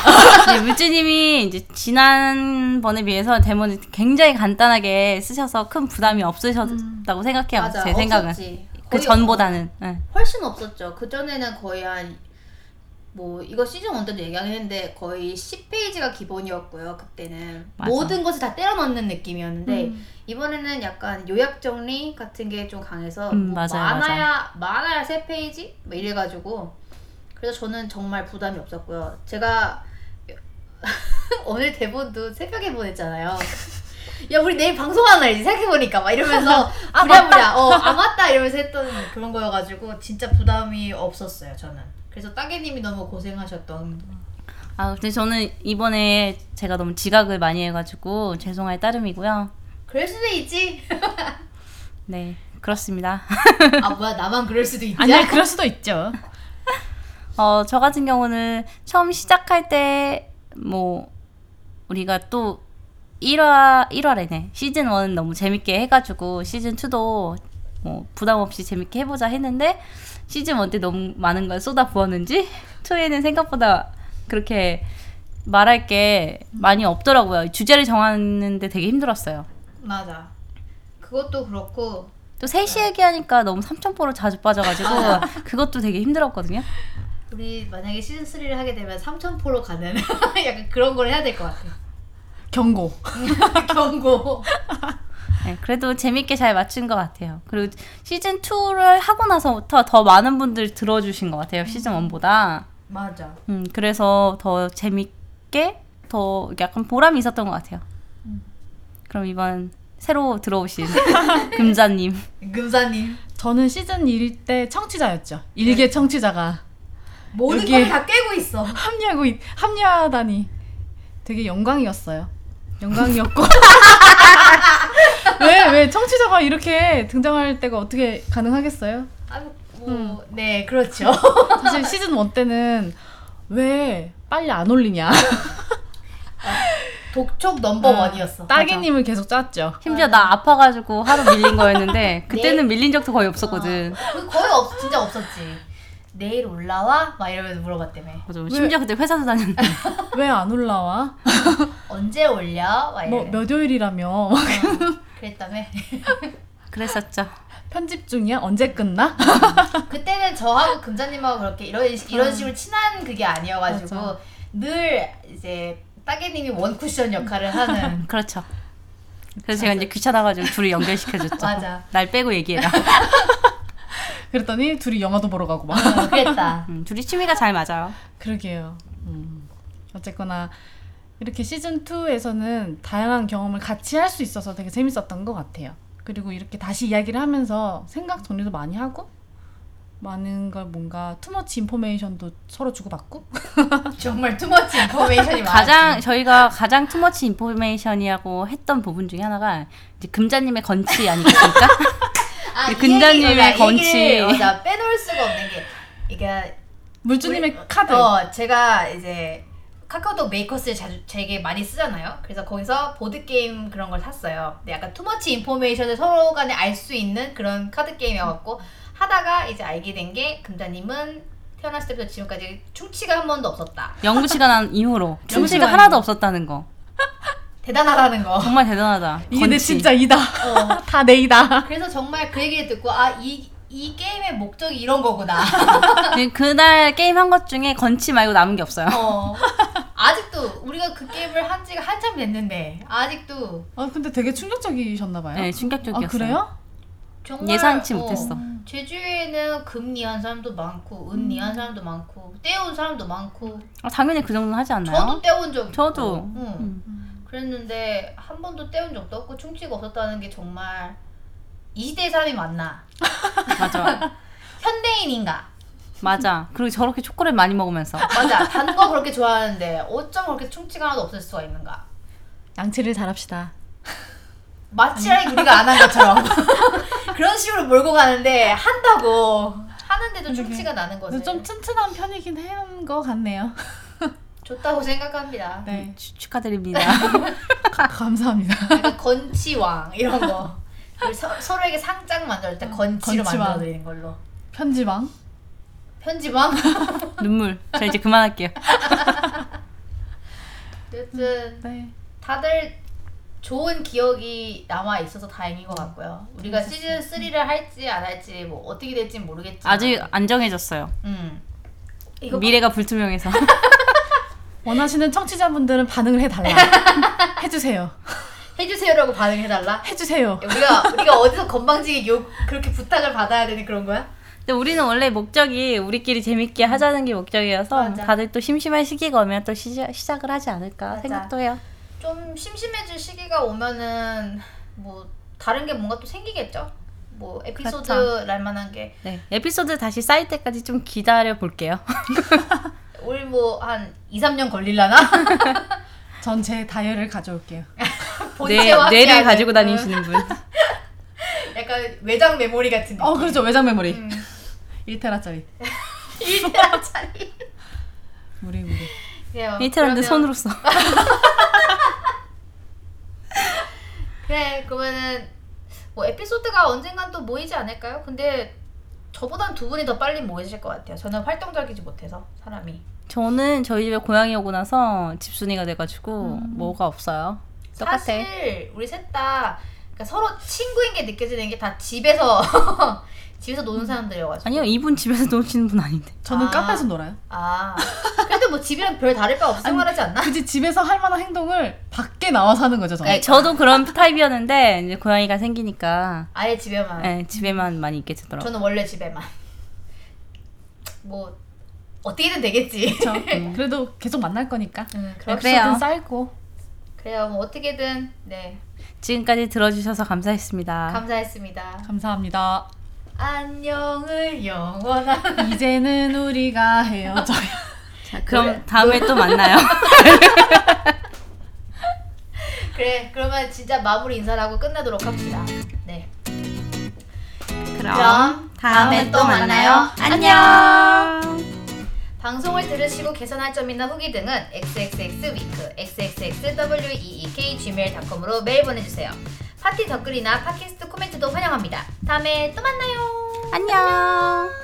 [SPEAKER 2] 네, 물주님이 이제 지난번에 비해서 대본을 굉장히 간단하게 쓰셔서 큰 부담이 없으셨다고 생각해요. 제 생각은.
[SPEAKER 1] 없었지.
[SPEAKER 2] 그
[SPEAKER 1] 거의
[SPEAKER 2] 전보다는. 네.
[SPEAKER 1] 훨씬 없었죠. 그 전에는 거의 한 뭐 이거 시즌 1 때도 얘기했는데 거의 10페이지가 기본이었고요. 그때는
[SPEAKER 2] 맞아.
[SPEAKER 1] 모든 것을 다 때려 넣는 느낌이었는데
[SPEAKER 3] 음.
[SPEAKER 1] 이번에는 약간 요약 정리 같은 게 좀 강해서
[SPEAKER 2] 음,
[SPEAKER 1] 뭐
[SPEAKER 2] 맞아요,
[SPEAKER 1] 많아야 많아야 세 페이지 뭐 이래가지고 그래서 저는 정말 부담이 없었고요. 제가 오늘 대본도 새벽에 보냈잖아요. 야 우리 내일 방송하는 날이지 생각해보니까 막 이러면서 아 맞다 어아 맞다 이러면서 했던 그런 거여가지고 진짜 부담이 없었어요 저는 그래서 따개님이 너무 고생하셨던
[SPEAKER 2] 아, 근데 저는 이번에 제가 너무 지각을 많이 해가지고 죄송할 따름이고요.
[SPEAKER 1] 그럴 수도 있지
[SPEAKER 2] 네, 그렇습니다.
[SPEAKER 1] 아 뭐야 나만 그럴 수도 있지
[SPEAKER 3] 아니야, 그럴 수도 있죠.
[SPEAKER 2] 어, 저 같은 경우는 처음 시작할 때, 뭐, 우리가 또 1화, 1화래네. 시즌 1은 너무 재밌게 해가지고, 시즌 2도 뭐, 부담 없이 재밌게 해보자 했는데, 시즌 1 때 너무 많은 걸 쏟아부었는지, 2에는 생각보다 그렇게 말할 게 많이 없더라고요. 주제를 정하는데 되게 힘들었어요.
[SPEAKER 1] 맞아 그것도 그렇고
[SPEAKER 2] 또 셋이 얘기하니까 너무 삼천포로 자주 빠져가지고, 그것도 되게 힘들었거든요.
[SPEAKER 1] 우리 만약에 시즌 3를 하게 되면 3천포로 가는 약간 그런 걸 해야 될 것 같아.
[SPEAKER 3] 경고.
[SPEAKER 1] 경고.
[SPEAKER 2] 네, 그래도 재밌게 잘 맞춘 것 같아요. 그리고 시즌 2를 하고 나서부터 더 많은 분들 들어주신 것 같아요. 시즌
[SPEAKER 1] 음.
[SPEAKER 2] 1보다.
[SPEAKER 1] 맞아.
[SPEAKER 2] 음, 그래서 더 재밌게 더 약간 보람이 있었던 것 같아요.
[SPEAKER 1] 음.
[SPEAKER 2] 그럼 이번 새로 들어오신 금자님.
[SPEAKER 1] 금사님
[SPEAKER 3] 저는 시즌 1일 때 청취자였죠.
[SPEAKER 2] 네.
[SPEAKER 3] 일개 청취자가
[SPEAKER 1] 모든
[SPEAKER 3] 여기-
[SPEAKER 1] 걸 다 깨고 있어.
[SPEAKER 3] 합류하고 있- 합류하다니 되게 영광이었어요. 영광이었고 왜 왜 청취자가 이렇게 등장할 때가 어떻게 가능하겠어요?
[SPEAKER 1] 아, 뭐, 네 그렇죠.
[SPEAKER 3] 사실 시즌 1 때는 왜 빨리 안 올리냐
[SPEAKER 1] 독촉 넘버 원이었어.
[SPEAKER 3] 따개님을 계속 짰죠.
[SPEAKER 2] 심지어 나 아파가지고 하루 밀린
[SPEAKER 1] 네.
[SPEAKER 2] 거였는데 그때는 밀린 적도 거의 없었거든.
[SPEAKER 1] 그 거의 없 진짜 없었지. 내일 올라와? 막 이러면서 물어봤다며.
[SPEAKER 2] 맞아. 심지어 그때 회사도 다녔는데.
[SPEAKER 3] 왜 안 올라와?
[SPEAKER 1] 언제 올려? 막
[SPEAKER 2] 네.
[SPEAKER 3] 뭐
[SPEAKER 1] 이러면서.
[SPEAKER 3] 몇요일이라며
[SPEAKER 1] 어, 그랬다며.
[SPEAKER 2] 그랬었죠.
[SPEAKER 3] 편집 중이야? 언제 끝나?
[SPEAKER 1] 그때는 저하고 금자님하고 그렇게 이런 이런 식으로 친한 그게 아니어가지고
[SPEAKER 3] 맞아.
[SPEAKER 1] 늘 이제 따개님이 원 쿠션 역할을 하는
[SPEAKER 2] 그렇죠. 그래서 제가 이제 귀찮아가지고 둘이 연결시켜줬죠.
[SPEAKER 1] 맞아.
[SPEAKER 2] 날 빼고 얘기해라.
[SPEAKER 3] 그랬더니 둘이 영화도 보러 가고 막
[SPEAKER 1] 어, 그랬다.
[SPEAKER 2] 음, 둘이 취미가 잘 맞아요.
[SPEAKER 3] 그러게요. 음. 어쨌거나 이렇게 시즌 2에서는 다양한 경험을 같이 할 수 있어서 되게 재밌었던 것 같아요. 그리고 이렇게 다시 이야기를 하면서 생각 정리도 많이 하고 많은 걸 뭔가 투머치 인포메이션도 서로 주고받고
[SPEAKER 1] 정말 투머치 인포메이션이 많아.
[SPEAKER 2] 가장 저희가 가장 투머치 인포메이션이라고 했던 부분 중에 하나가 이제 금자님의 건치 아니겠습니까?
[SPEAKER 1] 아, 이
[SPEAKER 2] 근자님의
[SPEAKER 1] 얘기, 맞아,
[SPEAKER 2] 건치.
[SPEAKER 1] 얘기를, 맞아, 빼놓을 수가 없는 게 그러니까
[SPEAKER 3] 물주님의
[SPEAKER 1] 우리-
[SPEAKER 3] 카드
[SPEAKER 1] 어, 제가 이제 카카오톡 메이커스를 자주 되게 많이 쓰잖아요. 그래서 거기서 보드 게임 그런 걸 샀어요. 근데 약간 투머치 인포메이션을 서로 간에 알 수 있는 그런 카드 게임이어갖고 하다가 이제 알게 된 게 금자님은 태어났을 때부터 지금까지 충치가 한 번도 없었다.
[SPEAKER 2] 영구치가 난 이후로 충치가
[SPEAKER 3] 영구치가
[SPEAKER 2] 하나도
[SPEAKER 3] 아니고.
[SPEAKER 2] 없었다는 거
[SPEAKER 1] 대단하다는 거.
[SPEAKER 2] 정말 대단하다.
[SPEAKER 3] 이게 내
[SPEAKER 2] 건치.
[SPEAKER 3] 진짜 이다.
[SPEAKER 1] 어.
[SPEAKER 3] 다 내 이다.
[SPEAKER 1] 그래서 정말 그 얘기를 듣고 아 이 이 게임의 목적이 이런 거구나.
[SPEAKER 2] 그- 그날 게임 한 것 중에 건치 말고 남은 게 없어요.
[SPEAKER 1] 어. 아직도 우리가 그 게임을 한 지가 한참 됐는데 아직도
[SPEAKER 3] 아 근데 되게 충격적이셨나봐요.
[SPEAKER 2] 네, 충격적이었어요.
[SPEAKER 3] 아 그래요?
[SPEAKER 1] 정말
[SPEAKER 2] 예상치
[SPEAKER 1] 어,
[SPEAKER 2] 못했어.
[SPEAKER 1] 제주에는 금리한 사람도 많고 은리한 사람도 많고 떼온 사람도 많고
[SPEAKER 2] 아, 당연히 그 정도는 하지 않나요?
[SPEAKER 1] 저도 떼온 적 있고
[SPEAKER 2] 저도.
[SPEAKER 1] 응.
[SPEAKER 2] 음.
[SPEAKER 1] 그랬는데 한 번도 떼온 적도 없고 충치가 없었다는 게 정말 이 시대의 사람이 맞나
[SPEAKER 2] 맞아.
[SPEAKER 1] 현대인인가
[SPEAKER 2] 맞아. 그리고 저렇게 초콜릿 많이 먹으면서
[SPEAKER 1] 맞아 단 거 그렇게 좋아하는데 어쩜 그렇게 충치가 하나도 없을 수가 있는가
[SPEAKER 3] 양치를 잘합시다.
[SPEAKER 1] 마취라인 우리가 안 한 것처럼 그런 식으로 몰고 가는데 한다고 하는데도 충치가 나는 거지
[SPEAKER 3] 근데 좀 튼튼한 편이긴 한 거 같네요.
[SPEAKER 1] 좋다고 생각합니다
[SPEAKER 3] 네. 아,
[SPEAKER 2] 추- 축하드립니다.
[SPEAKER 3] 감사합니다.
[SPEAKER 1] 약간 그러니까 건치왕 이런 거 우리 서, 서로에게 상장 만들 때 건치로
[SPEAKER 3] 건치왕.
[SPEAKER 1] 만들어 드리는 걸로
[SPEAKER 3] 편지방.
[SPEAKER 1] 편지왕
[SPEAKER 2] 눈물. 저 이제 그만할게요.
[SPEAKER 1] 여튼
[SPEAKER 3] 네.
[SPEAKER 1] 다들 좋은 기억이 남아 있어서 다행인 것 같고요. 우리가 시즌 3를 할지 안 할지 뭐 어떻게 될지 모르겠지만
[SPEAKER 2] 아직 안 정해졌어요.
[SPEAKER 1] 음 이거
[SPEAKER 2] 미래가 불투명해서.
[SPEAKER 3] 원하시는 청취자분들은 반응을 해달라. 해주세요.
[SPEAKER 1] 해주세요라고 반응해달라.
[SPEAKER 3] 해주세요.
[SPEAKER 1] 우리가 우리가 어디서 건방지게 욕 그렇게 부탁을 받아야 되는 그런 거야?
[SPEAKER 2] 근데 우리는 원래 목적이 우리끼리 재밌게 하자는 게 목적이어서
[SPEAKER 1] 음. 맞아.
[SPEAKER 2] 다들 또 심심한 시기가 오면 또 시작, 시작을 하지 않을까
[SPEAKER 1] 맞아.
[SPEAKER 2] 생각도 해요.
[SPEAKER 1] 좀 심심해질 시기가 오면은 뭐 다른 게 뭔가 또 생기겠죠? 뭐 에피소드
[SPEAKER 2] 그렇죠.
[SPEAKER 1] 날 만한 게
[SPEAKER 2] 네. 에피소드 다시 쌓일 때까지 좀 기다려 볼게요.
[SPEAKER 1] 우리 뭐 한 2, 3년 걸릴라나?
[SPEAKER 3] 전 제 다이어를 가져올게요.
[SPEAKER 2] 뇌,
[SPEAKER 1] 본체와
[SPEAKER 2] 네, 뇌를
[SPEAKER 1] 함께하는,
[SPEAKER 2] 가지고 다니시는 분.
[SPEAKER 1] 음, 약간 외장 메모리 같은
[SPEAKER 3] 어
[SPEAKER 1] 느낌.
[SPEAKER 3] 그렇죠 외장 메모리.
[SPEAKER 1] 음.
[SPEAKER 3] 1테라짜리.
[SPEAKER 1] 1테라짜리.
[SPEAKER 3] 무리 무리.
[SPEAKER 2] 이태란데 손으로 써.
[SPEAKER 1] 그래 그러면은 뭐 에피소드가 언젠간 또 모이지 않을까요? 근데 저보단 두 분이 더 빨리 모이실 것 같아요. 저는 활동적이지 못해서 사람이.
[SPEAKER 2] 저는 저희 집에 고양이 오고 나서 집순이가 돼가지고 뭐가 없어요. 똑같아.
[SPEAKER 1] 음. 사실 우리 셋 다 그러니까 서로 친구인 게 느껴지는 게 다 집에서 집에서
[SPEAKER 2] 음.
[SPEAKER 1] 노는 사람들이어가지고.
[SPEAKER 2] 아니요, 이분 집에서 노시는 분 아닌데.
[SPEAKER 3] 저는
[SPEAKER 1] 아.
[SPEAKER 3] 카페에서 놀아요.
[SPEAKER 1] 아 그래도 뭐 집이랑 별 다를 바 없이 생활하지 않나?
[SPEAKER 3] 굳이 집에서 할 만한 행동을 밖에 나와서 하는 거죠, 저는.
[SPEAKER 2] 네, 저도 그런 타입이었는데 이제 고양이가 생기니까
[SPEAKER 1] 아예 집에만.
[SPEAKER 2] 네, 집에만 많이 있게 되더라고요.
[SPEAKER 1] 저는 원래 집에만. 뭐 어떻게든 되겠지.
[SPEAKER 3] 그쵸? 그래도 계속 만날 거니까.
[SPEAKER 1] 음,
[SPEAKER 2] 그래요.
[SPEAKER 1] 그렇죠.
[SPEAKER 3] 에피소드는 쌓이고.
[SPEAKER 1] 그래요. 뭐 어떻게든 네
[SPEAKER 2] 지금까지 들어주셔서
[SPEAKER 1] 아.
[SPEAKER 2] 감사했습니다.
[SPEAKER 1] 감사했습니다.
[SPEAKER 3] 감사합니다.
[SPEAKER 1] 안녕을 영원한.
[SPEAKER 3] 이제는 우리가 헤어져요.
[SPEAKER 2] 자, 그럼
[SPEAKER 1] 노래-
[SPEAKER 2] 다음에 또 만나요.
[SPEAKER 1] 그래 그러면 진짜 마무리 인사를 하고 끝내도록 합시다. 네. 다음에 또 만나요.
[SPEAKER 2] 안녕.
[SPEAKER 1] 방송을 들으시고 개선할 점이나 후기 등은 xxxweek xxxweekgmail.com으로 메일 보내주세요. 파티 댓글이나 팟캐스트 코멘트도 환영합니다. 다음에 또 만나요.
[SPEAKER 2] 안녕.